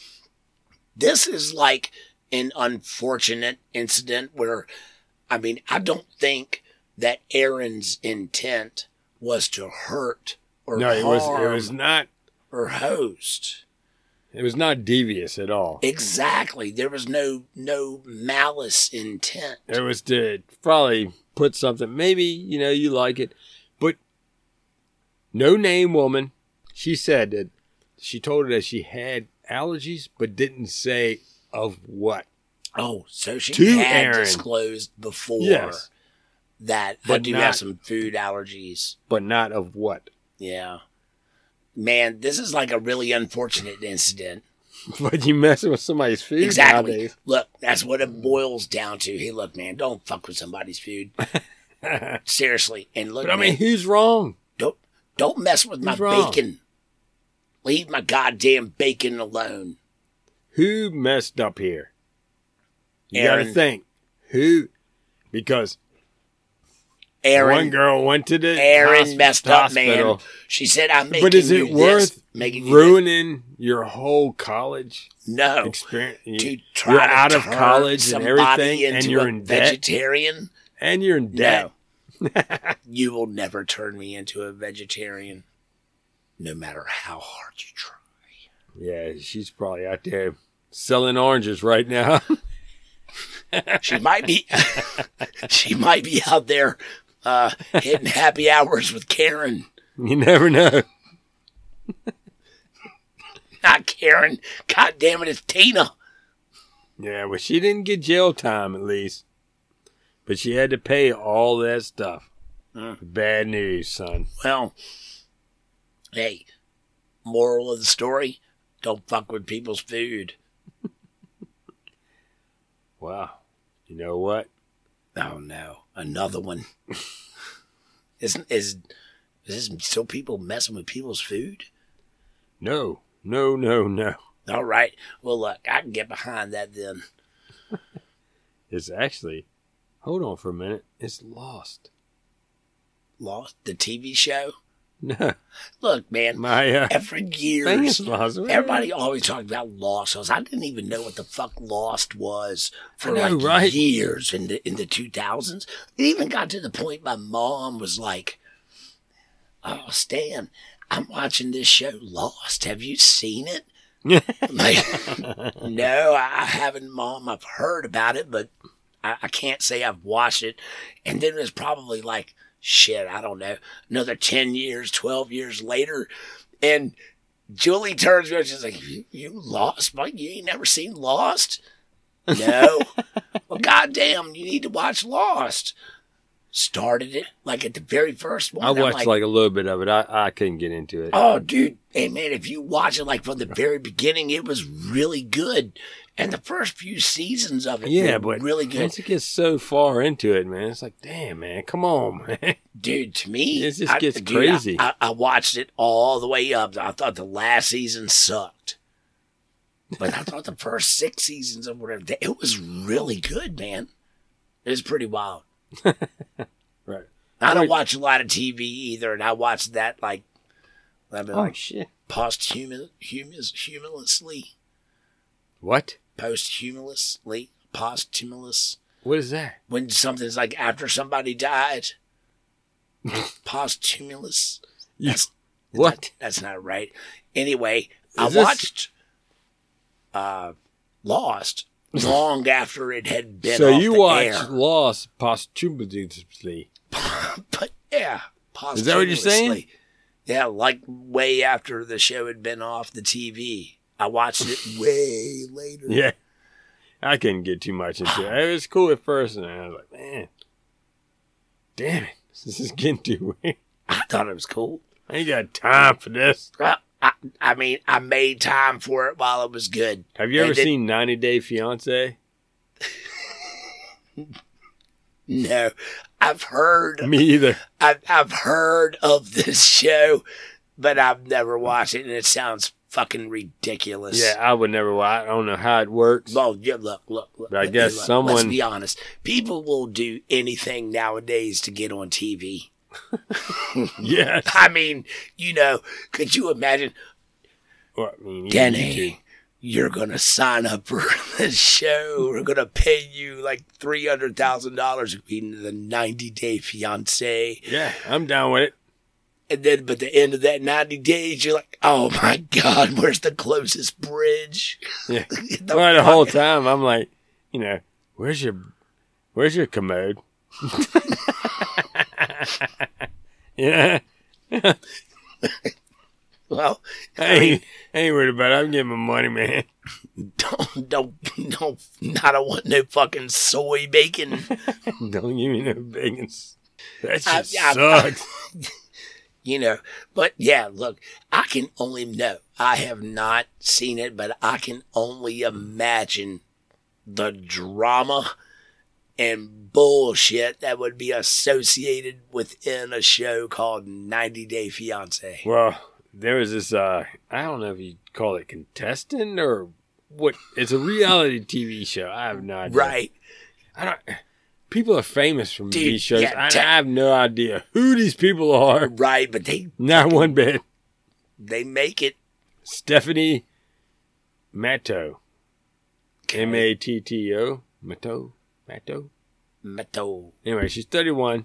This is like an unfortunate incident where, I mean, I don't think that Aaron's intent was to hurt or
No, it was it
harm
was not
or host.
it was not devious at all.
Exactly. There was no no malice intent.
It was to probably put something. Maybe you know you like it, but no name woman. She said that she told her that she had allergies, but didn't say of what.
Oh, so she
To
had
Aaron.
disclosed before
Yes.
that I
But
do
not-
have some food allergies.
But not of what.
Yeah. Man, this is like a really unfortunate incident.
But you messing with somebody's food
Exactly.
nowadays.
Look, that's what it boils down to. Hey, look, man, don't fuck with somebody's food. Seriously. And look,
But I mean,
man,
who's wrong?
don't don't mess with my
Who's wrong?
bacon. Leave my goddamn bacon alone.
Who messed up here? You
Aaron.
gotta think who, because one
Aaron
girl went to the
Aaron
hosp-
messed
hospital.
up, man. She said, "I'm making
But is
you
it
this,
worth
making you
ruining your whole college
this." No,
experience?
Oh, to
You-
try
you're
to
out of
turn
college and
somebody
everything, and
into
you're
a
in debt,
vegetarian.
and you're in debt.
No, you will never turn me into a vegetarian, no matter how hard you try.
Yeah, she's probably out there selling oranges right now.
She might be, she might be out there uh, hitting happy hours with Karen,
you never know.
not Karen. God damn it, it's Tina.
Yeah, well, she didn't get jail time at least, but she had to pay all that stuff.
Mm.
Bad news, son.
Well, hey, moral of the story: don't fuck with people's food.
Wow. You know what?
Oh no, another one. is is is this still people messing with people's food?
No, no, no, no.
All right. Well, look, I can get behind that then.
It's actually, hold on for a minute. It's lost.
Lost the TV show.
No,
Look, man,
my uh,
every
thing
year
is lost.
everybody always talks about Lost. I was- I didn't even know what the fuck Lost was for
I know,
like
right?
years in the in the two thousands. It even got to the point my mom was like, "Oh, Stan." I'm watching this show Lost. Have you seen it? Like, no, I haven't, Mom. I've heard about it, but I, I can't say I've watched it. And then it's probably like, shit, I don't know, another 10 years, 12 years later. And Julie turns around, she's like, You, you lost, Mike? You ain't never seen Lost? No. well, goddamn, you need to watch Lost. Started it like at the very first one.
I
I'm
watched like, a little bit of it. I, I couldn't get into it.
Oh, dude. Hey, man, if you watch it like from the very beginning, it was really good. And the first few seasons of it
yeah,
were
but
really good.
Once it gets so far into it, man, it's like, damn, man, come on, man.
Dude, to me,
It just
I-
gets
dude, I-
crazy.
I, I watched it all the way up. I thought the last season sucked. But I thought the first six seasons of whatever, th- it was really good, man. It was pretty wild.
Right.
I
Right.
don't watch a lot of TV either, and I watched that like, I
Oh.
mean, like
shit.
posthumous, humorlessly.
What?
posthumously, posthumous.
What is that?
When something's like after somebody died, posthumous.
You-
That's,
What?
that's not right. Anyway, I
Is this-
watched uh, Lost long after it had been.
So
off
you
the
watch
air.
Lost posthumously.
but yeah, posthumously.
Is that what you're saying?
Yeah, like way after the show had been off the TV. I watched it way later.
Yeah. I couldn't get too much into it. It was cool at first, and I was like, man, damn it. This is getting too weird.
I thought it was cool.
I ain't got time for this.
Well, I, I mean, I made time for it while it was good.
Have you ever
They did-
seen 90 Day Fiance?
No, I've heard,
Me either.
I've, I've heard of this show, but I've never watched it, and it sounds fucking ridiculous.
Yeah, I would never watch. I don't know how it works.
Well, yeah, look, look, look.
But I
let-
guess
look, Let's
someone-
be honest. People will do anything nowadays to get on TV.
Yes.
I mean, you know, could you imagine
Well, I mean, you-
Denny,
you
you're going to sign up for this show. We're going to pay you like $300,000 according to the 90 day fiance.
Yeah, I'm down with it.
And then, but the end of that 90 days, you're like, oh my God, where's the closest bridge?
Yeah.
The
Well, the whole
fuck-
time I'm like, you know, where's your, where's your commode? yeah,
Well,
I ain't, I ain't worried about it. I'm getting my money, man.
don't, don't, don't, I don't want no fucking soy bacon.
Don't give me no bacon. That
I-
shit
I-
sucks.
you know. But yeah, look, I can only know. I have not seen it, but I can only imagine the drama and bullshit that would be associated within a show called 90 Day Fiance.
well, there was this. uh I don't know if you call it contestant or what. It's a reality TV show. I have no idea.
Right.
I don't. People are famous from
Dude,
these shows.
yeah,
I,
ta-
I have no idea who these people are.
Right, but they
Not one bit.
they make it
Stephanie Matto. M A T T O. Matto. Matto.
metal.
Anyway, she's 31.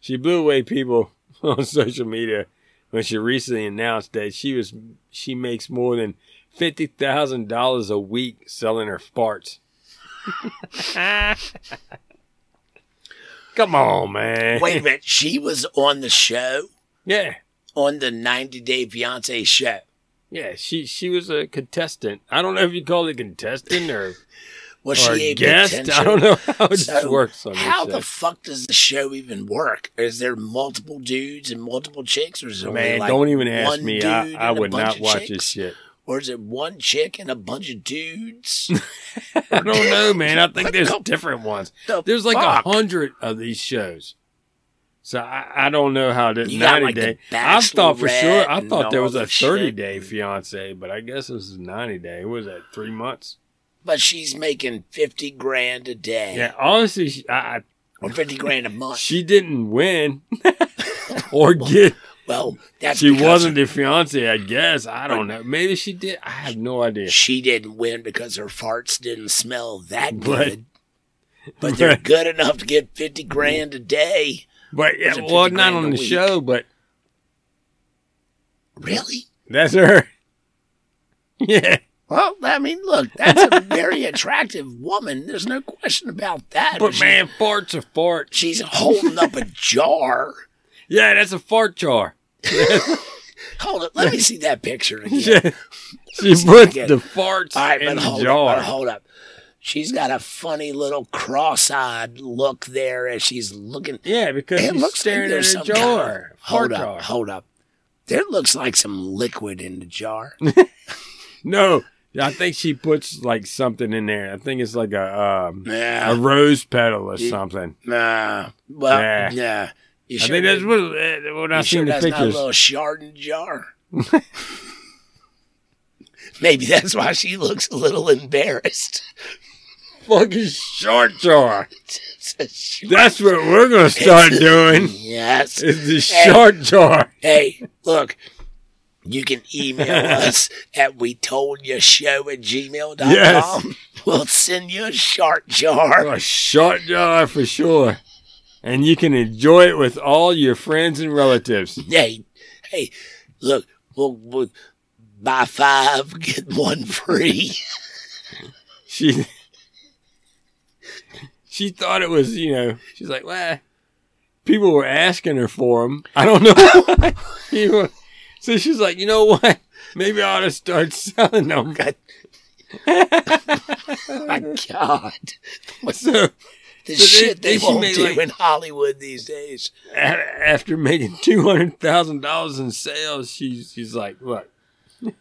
She blew away people on social media when she recently announced that she was she makes more than fifty thousand dollars a week selling her farts. Come on, man.
Wait a minute, she was on the show
Yeah.
on the 90 Day Fiance show.
Yeah, she she was a contestant. I don't know if you call it contestant or
Was
or
she a
guest.
potential-
I don't know how it
So,
works on
How
this
the
show.
fuck does the show even work? Is there multiple dudes and multiple chicks, or is it only
Man,
like
don't even ask
one
me.
dude
I, I
and a
would
bunch
not
of
watch
chicks?
this shit.
Or is it one chick and a bunch of dudes?
I don't know, man. I think there's different ones.
The
There's like a
fuck?
hundred of these shows. So I, I don't know how to 90
You got, like,
day.
The
I thought for
Bachelorette
sure. I
and
thought there
all
was a
this
30
shit.
day fiance, but I guess this is 90 day. What was that? Three months?
But she's making fifty grand a day,
Yeah. Honestly, she, I,
or fifty grand a
I,
month.
she didn't win or get.
Well, that's
she
because
wasn't the fiance, I guess. I don't know. Maybe she did. I have no idea.
She didn't win because her farts didn't smell that
But-
good. But they're good enough to get fifty grand a day.
But yeah,
Was it
well,
50
not
grand
on
a
the
week?
show, but
Really?
that's her. Yeah.
Well, I mean, look, that's a very attractive woman. There's no question about that.
But
she-
man, farts are farts.
she's holding up a jar.
Yeah, that's a fart jar.
Hold it. Let me see that picture again.
She put
again.
the farts
All right,
in
but
the
hold
jar.
up. But hold up. She's got a funny little cross-eyed look there as she's looking.
yeah, because
It
she's
looks like
staring
there's
at a
some
jar.
kind of-
fart
hold up.
jar.
Hold up. There looks like some liquid in the jar.
No, I think she puts like something in there. I think it's like a um, a
nah,
rose petal or something.
nah. Well,
Nah.
nah. You
I
sure
think that's
that-
what, uh, what I
You
see
sure
in the
that's not a
pictures.
little shard in a jar? Maybe that's why she looks a little embarrassed.
Fucking short jar.
It's a shard.
That's what we're gonna start doing.
yes.
Is the short jar.
Hey, look, you can email us at we told you show at gmail.com.
Yes.
We'll send you a shard jar.
A short jar for sure. And you can enjoy it with all your friends and relatives.
Hey, hey, look, we'll, we'll buy five, get one free.
She She thought it was, you know, she's like, well, people were asking her for them. I don't know. why. People- so she's like, you know what? Maybe I ought to start selling them.
God. My God. What's
So So
the
they-
shit they,
they should
won't
make,
do
like-
in Hollywood these days.
a- after making two hundred thousand dollars in sales, she's she's like, look,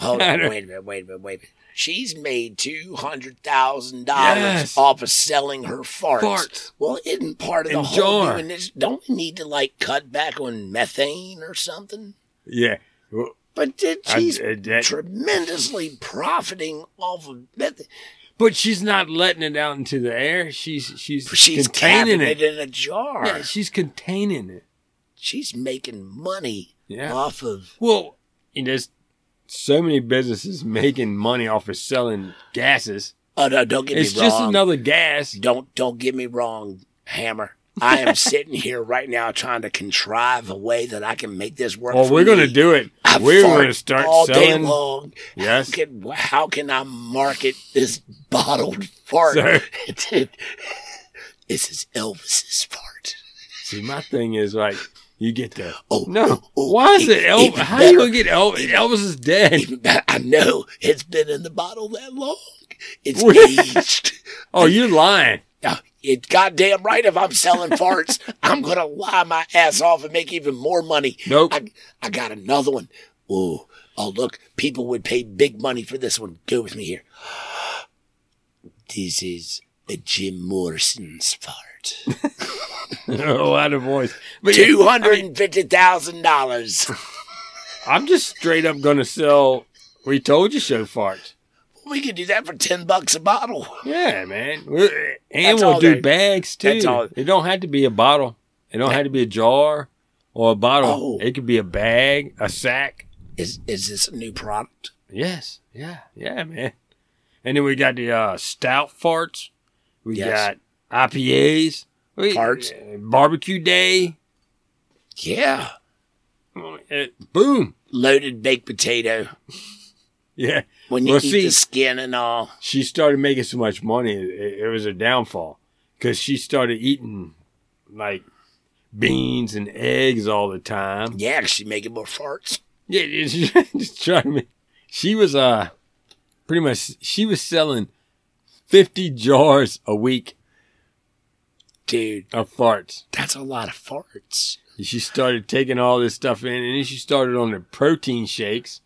Hold
I
on,
don't-
wait a minute, wait a minute, wait a minute. She's made two hundred thousand dollars
Yes.
off of selling her farts.
Farts.
Well, isn't part of the
And
whole
jar.
doing this? Don't we need to like cut back on methane or something?
yeah, well,
But did,
I-
she's
I- that-
tremendously profiting off of methane.
But she's not letting it out into the air. She's she's
She's
containing
capping
it.
it. in a jar.
Yeah, she's containing it.
She's making money
Yeah.
off of
Well, you know, so many businesses making money off of selling gases.
Oh no, don't get
It's
me wrong.
just another gas.
Don't don't get me wrong, Hammer. I am sitting here right now trying to contrive a way that I can make this work.
Well,
for
we're going to
me.
do it.
I
we're
fart
going to start
all
selling.
day long.
Yes.
How can, how can I market this bottled fart?
Sir.
this is Elvis's fart.
See, my thing is like, you get the
Oh
no.
oh,
Why is
e-
it Elvis?
even
How you
better.
gonna get Elvis? Elvis is dead.
Even better. I know it's been in the bottle that long. It's
What?
aged.
Oh, you're lying.
Now, it goddamn right if I'm selling farts, I'm gonna lie my ass off and make even more money.
Nope.
I, I got another one. Ooh. Oh look, people would pay big money for this one. Go with me here. This is a Jim Morrison's fart.
oh, out of voice. But yeah,
Two hundred and fifty thousand dollars.
I'm just straight up gonna sell. We told you show farts.
We could do that for ten bucks a bottle.
Yeah, man. We're- And
That's
we'll
all
do
they-
bags too.
that's all-
It don't have to be a bottle. It don't have to be a jar or a bottle.
Oh.
It could be a bag, a sack.
Is is this a new product?
Yes. Yeah. Yeah, man. And then we got the uh, stout farts. We
Yes.
got IPAs. We,
Farts.
uh, barbecue day.
Yeah.
Uh, boom.
Loaded baked potato.
Yeah.
When you
Well,
eat
see-
the skin and all.
She started making so much money. It, it was a downfall because she started eating like beans and eggs all the time.
Yeah, 'cause she making more farts.
Yeah, yeah, she- just trying to make. She was uh, pretty much. She was selling fifty jars a week
Dude,
of farts.
that's a lot of farts.
And She started taking all this stuff in, and then she started on the protein shakes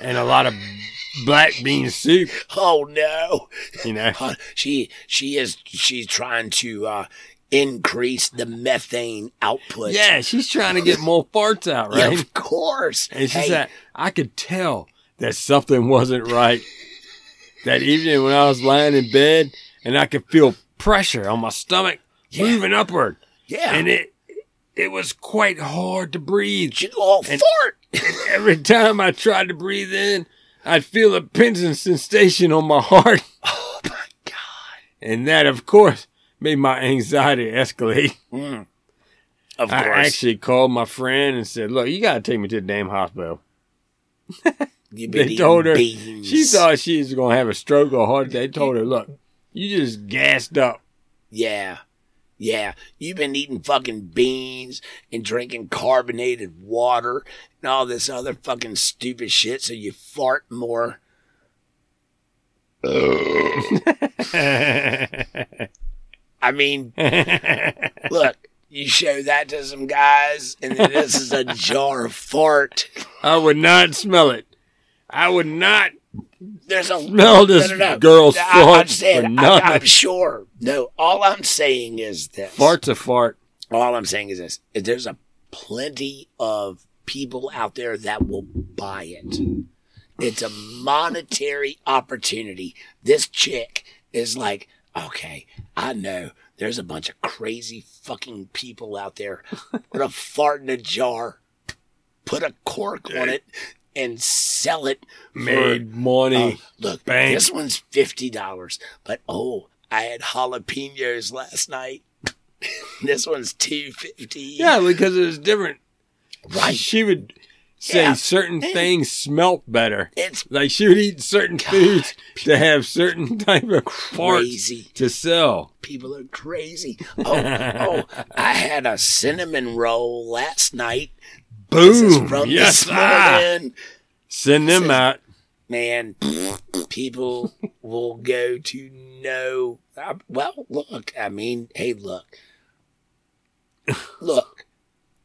and a lot of black bean soup.
Oh no.
You know,
Huh, She she is she's trying to uh increase the methane output.
yeah, she's trying to get more farts out,
Yeah,
right?
of course.
And she
Hey,
said, I could tell that something wasn't right that evening when I was lying in bed and I could feel pressure on my stomach
Yeah.
moving upward.
Yeah.
And it it was quite hard to breathe.
you all fart.
Every time I tried to breathe in, I'd feel a pinching sensation on my heart.
Oh my god.
And that, of course, made my anxiety escalate.
Mm. Of
I
course.
actually called my friend and said, Look, you got to take me to the damn hospital.
You've been
They
eating
told her
beans.
she thought she was gonna have a stroke or a heart. attack. They told her, "Look, you just gassed up."
Yeah. Yeah. You've been eating fucking beans and drinking carbonated water and all this other fucking stupid shit, so you fart more. I mean, look, you show that to some guys, and then this is a jar of fart.
I would not smell it. I would not
There's a
smell this
no, no, no.
girl's
I,
fart
I'm saying,
for
I, am
nothing.
sure. No, all I'm saying is this.
Fart's a fart.
All I'm saying is this: is there's a plenty of people out there that will buy it. It's a monetary opportunity. This chick is like, okay, I know there's a bunch of crazy fucking people out there. Put a fart in a jar, put a cork on it, and sell it. for-
Made money.
Oh, look,
Bang.
this one's fifty dollars, but oh, I had jalapenos last night. this one's two fifty.
yeah, because it was different.
right.
She would say
Yeah.
certain things smelt better.
It's
Like she would eat certain foods to have certain type of farts
crazy.
to sell.
People are crazy. Oh, oh, I had a cinnamon roll last night. This is
Boom!
from
yes,
this
ah!
morning.
Send them out.
Man, people will go to no. I- well, look, I mean, hey, look. Look,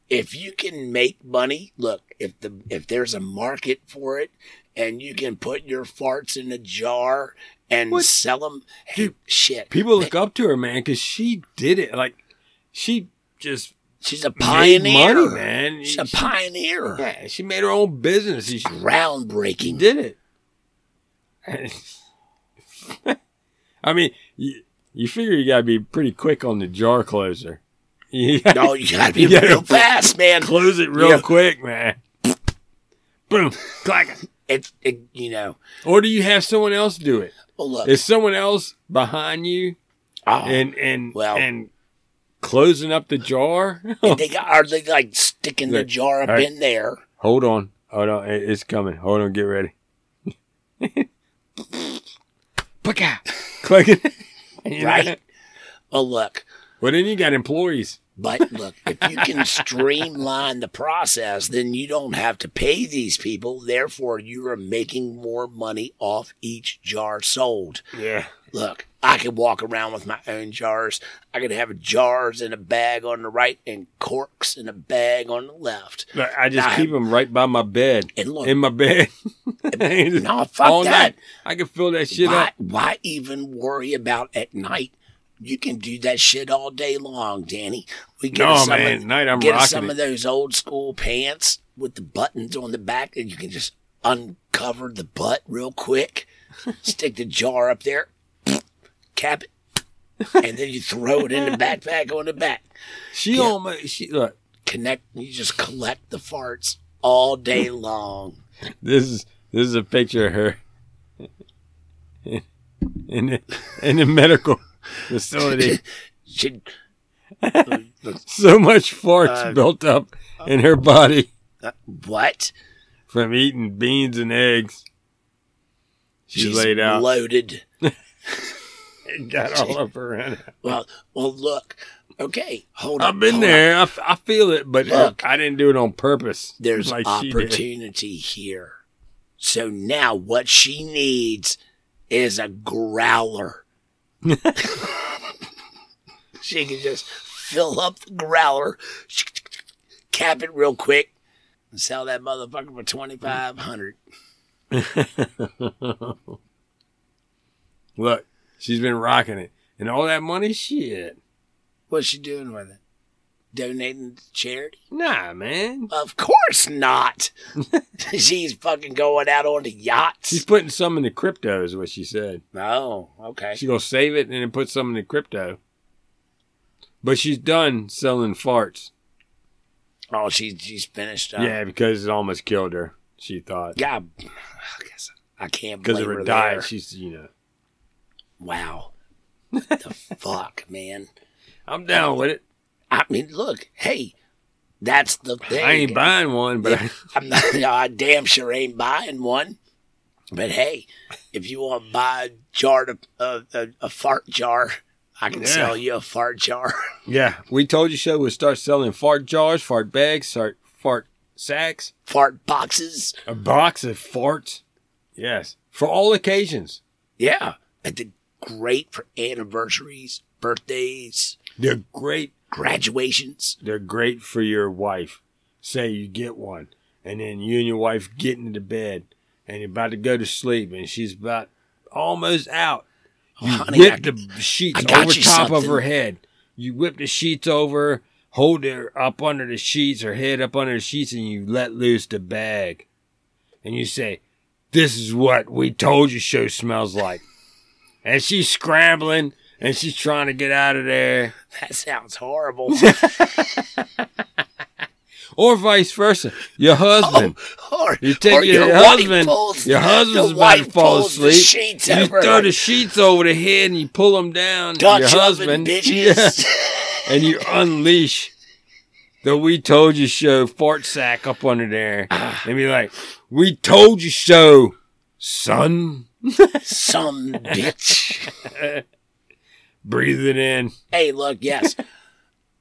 if you can make money, look, if the if there's a market for it and you can put your farts in a jar and
What?
sell 'em, sell them, hey,
Dude,
shit.
People look up to her, man, because she did it. Like she just
She's a
made
pioneer.
money, man.
She's a
She-
pioneer.
yeah, she made her own business. She, she
Groundbreaking.
did it. I mean, you, you figure you gotta be pretty quick on the jar closer. You gotta
No, Oh, you gotta be
You gotta-
real fast, man.
close it real
Yeah.
quick, man. Boom, clack.
It, it you know.
Or do you have someone else do it?
Well, look.
Is someone else behind you
oh,
and and
Well-
and closing up the jar?
and they got, are they like sticking the
Look,
jar up
all right.
in there?
Hold on. Hold on. It- It's coming. Hold on. Get ready. Click out. Click it. You know?
Right. Well, look.
Well, then you got employees.
But look, if you can streamline the process, then you don't have to pay these people. Therefore, you are making more money off each jar sold.
Yeah.
Look, I could walk around with my own jars. I could have jars in a bag on the right and corks in a bag on the left.
I just
Nah.
keep them right by my bed.
And look-
in my bed.
No, fuck
All
that.
night. I can fill that shit
why,
up.
why even worry about at night? You can do that shit all day long, Danny. We get
No,
us some
man,
of,
at night I'm
get us
rocking
some
it.
of those old school pants with the buttons on the back, and you can just uncover the butt real quick. stick the jar up there, cap it, and then you throw it in the backpack on the back.
She almost. She look.
Connect. You just collect the farts all day long.
This is this is a picture of her in the, in the medical facility.
Should
So much farts
Uh,
built up in her body
what?
from eating beans and eggs. She laid out,
loaded.
and got all up around. Her.
Well, well, look. Okay, hold on.
I've been
hold on.
there. I, f- I feel it, but
Look.
I didn't do it on purpose.
There's
like she did.
opportunity here. So now what she needs is a growler. she can just fill up the growler, cap it real quick, and sell that motherfucker for twenty five hundred.
Look, she's been rocking it, and all that money, shit.
What's she doing with it? Donating to charity?
Nah, man.
Of course not. She's fucking going out on the
She's
yachts.
putting some in the crypto, is what she said.
Oh, okay.
She gonna save it and then put some in the crypto. But she's done selling farts.
Oh, she's she's finished up.
Yeah, because it almost killed her. She thought
Yeah, I I guess I can't
because of
blame her
her
there.
diet. She's you know,
wow, the fuck, man.
I'm down with it.
I mean, look, hey, that's the thing.
I ain't buying one, but I,
I'm not. no, I damn sure ain't buying one. But hey, if you want to buy a jar, to, a, a, a fart jar, I can
Yeah.
sell you a fart jar.
yeah, we told you so. We'll start selling fart jars, fart bags, fart fart sacks,
fart boxes.
a box of farts. Yes, for all occasions.
Yeah, I think great for anniversaries, birthdays,
They're great.
graduations.
They're great for your wife. Say you get one, and then you and your wife get into bed, and you're about to go to sleep, and she's about almost out. You
Oh, honey,
whip
I-
the sheets
I got
over
you
top of
something.
her head. You whip the sheets over, hold her up under the sheets, her head up under the sheets, and you let loose the bag. And you say, This is what we told you show smells like. And she's scrambling and she's trying to get out of there.
That sounds horrible.
or vice versa. Your husband,
or,
you take
Oh, or
your,
wife
husband,
pulls-
your husband's
the
about to
wife
fall
pulls the
asleep.
sheets
you
over
throw
her.
the sheets over the head and you pull them down.
Dutch
your
oven,
husband,
bitches.
Yeah, and you unleash the "We Told You So" fart sack up under there,
Ah.
and be like, "We told you so, son."
Some bitch.
Breathe it in.
Hey, look, yes,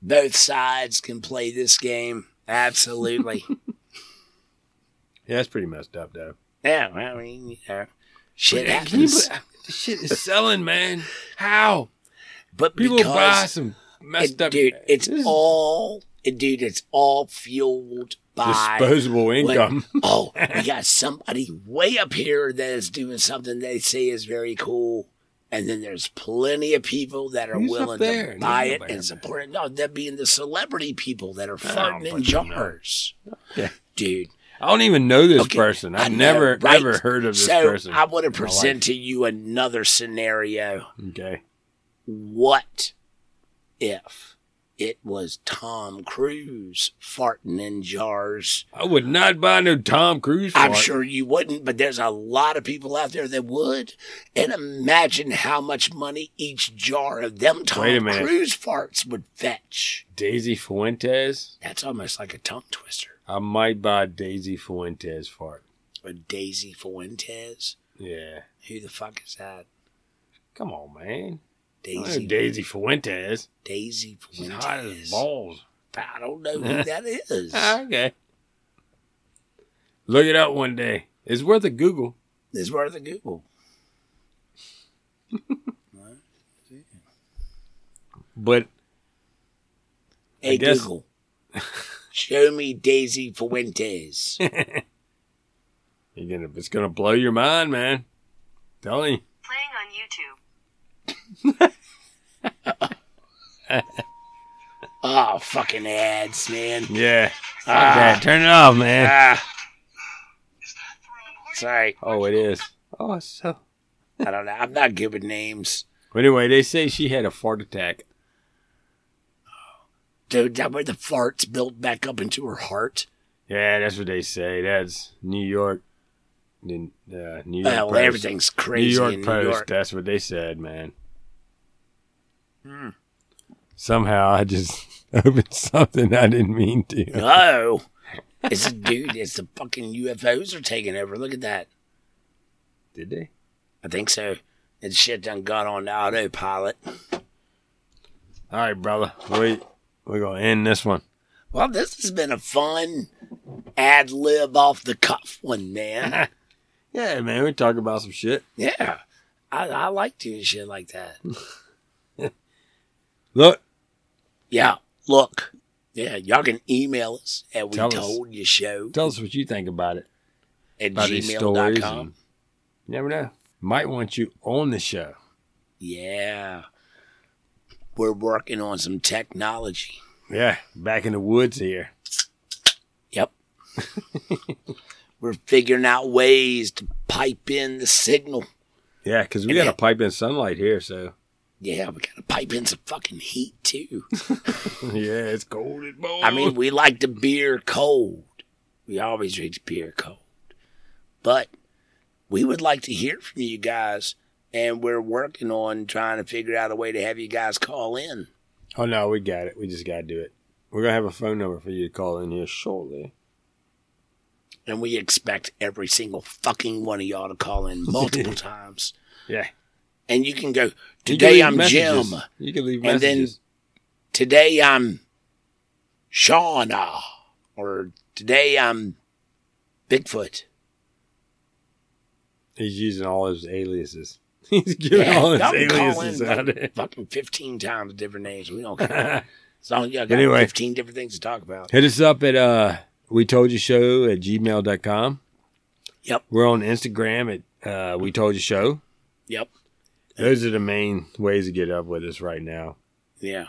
both sides can play this game. Absolutely.
Yeah, that's pretty messed up, though.
yeah, I mean, you know,
Can
shit
you
happens.
bel- this shit is selling, man. How
But
people buy
because,
some
it,
messed up,
dude, it's
This is
all, it, dude, it's all fueled by
disposable
Wait,
income.
oh, we got somebody way up here that is doing something they say is very cool. And then there's plenty of people that are
Who's up
willing
there?
to buy
There's
it
nobody
and
up
support it. No, that being the celebrity people that are farting in
but you know.
jars.
Yeah.
Dude.
I don't even know this
okay,
person.
I
I've
know,
never
right?
ever heard of this
so
person.
I want to
in my life.
present to you another scenario.
Okay.
What if It was Tom Cruise farting in jars.
I would not buy no Tom Cruise.
I'm
fart.
sure you wouldn't, but there's a lot of people out there that would. And imagine how much money each jar of them
Wait a
Tom
minute.
Cruise farts would fetch.
Daisy Fuentes.
That's almost like a tongue twister.
I might buy Daisy Fuentes fart.
Or Daisy Fuentes.
Yeah.
Who the fuck is that?
Come on, man. I don't know
Daisy
Daisy Fuentes.
Daisy
She's hot as
Fuentes.
balls. Ah,
I don't know who that is.
okay. Look it up one day. It's worth a Google.
It's worth a Google.
But
Hey
guess-
Google. Show me Daisy Fuentes.
you're gonna, it's gonna blow your mind, man. Telling you.
Playing on YouTube.
oh, fucking ads, man.
Yeah.
Ah,
Okay, turn it off, man.
ah. Sorry.
Oh, it is. Oh, it's so.
I don't know. I'm not good with names.
But anyway, they say she had a fart attack.
Dude, that way the farts built back up into her heart.
Yeah, that's what they say. That's New York. Then, Uh, New York
Well,
Post.
everything's
New
crazy
York
in
Post.
New York.
That's what they said, man.
Hmm.
Somehow I just opened something I didn't mean to.
No. It's dude, it's the fucking UFOs are taking over. Look at that.
Did they?
I think so. That shit done got on autopilot.
All right, brother. Wait, we're gonna end this one.
Well, this has been a fun ad lib off the cuff one, man.
Yeah, man. We talk about some shit.
yeah. I, I like doing shit like that.
Look,
Yeah. Look. Yeah, y'all can email us at we
Tell us.
told you show
tell us what you think about it.
at
About these stories. and-
gmail.com.
you never know. Might want you on the show.
Yeah. We're working on some technology.
Yeah, back in the woods here.
Yep. We're figuring out ways to pipe in the signal.
Yeah, because we
And
got to
that-
pipe in sunlight here, so
Yeah, we gotta pipe in some fucking heat too.
yeah, it's cold as balls.
I mean, we like the beer cold. We always drink the beer cold. But we would like to hear from you guys, and we're working on trying to figure out a way to have you guys call in.
oh no, we got it. We just got to do it. We're gonna have a phone number for you to call in here shortly.
And we expect every single fucking one of y'all to call in multiple times.
Yeah.
And you can go,
You can
Today
leave
I'm
messages.
Jim.
You can leave
And then-
messages.
Today I'm Shauna. Or today I'm Bigfoot.
He's using all his aliases. He's giving all his
y'all can call
aliases
in,
out
like,
there.
Fucking 15 times different names. We don't care. As long as y'all got
Anyway.
15 different things to talk about.
Hit us up at uh we told you show at gmail.com.
Yep.
We're on Instagram at uh we told you show.
Yep.
Those are the main ways to get up with us right now.
Yeah.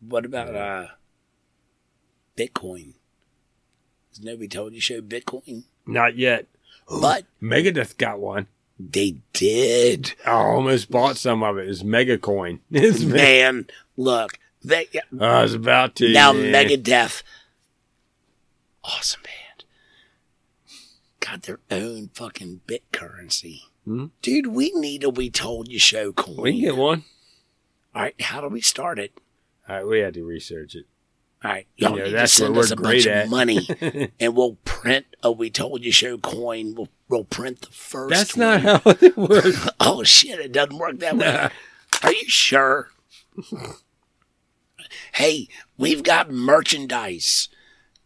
What about uh Bitcoin? Has nobody told you show Bitcoin?
Not yet.
But
Megadeth got one.
they did.
I almost bought some of it. It's Megacoin. It's me-
Man, look. They
I was about to.
now
man.
Megadeth. Awesome band. Got their own fucking bit currency.
Hmm?
Dude, we need a We Told You Show coin.
We can get one.
All right, how do we start it?
All right, we had to research it.
All right, y'all
Yeah,
need
that's
to send
what
us
we're
a bunch
great
of
at.
money, and we'll print a "We Told You Show" coin. We'll, we'll print the first.
That's
one.
not how it works.
Oh shit! It doesn't work that way. Are you sure? hey, we've got merchandise.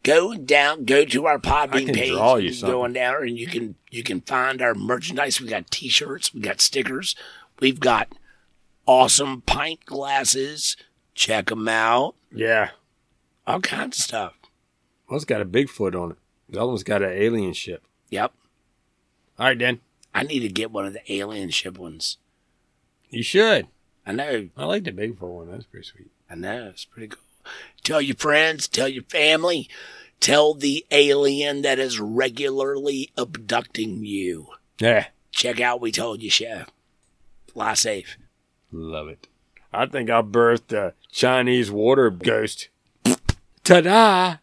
Go down. Go to our Podbean
can
page.
draw you
can go on down, and you can you can find our merchandise. We got T-shirts. We got stickers. We've got awesome pint glasses. Check them out.
yeah.
All kinds of stuff.
One's got a Bigfoot on it. The other one's got an alien ship.
Yep.
All right, Dan.
I need to get one of the alien ship ones.
You should.
I know,
I like the Bigfoot one. That's pretty sweet.
I know, it's pretty cool. Tell your friends, tell your family, tell the alien that is regularly abducting you.
Yeah.
Check out We Told You Show. Fly safe.
Love it. I think I birthed a Chinese water ghost. Ta da!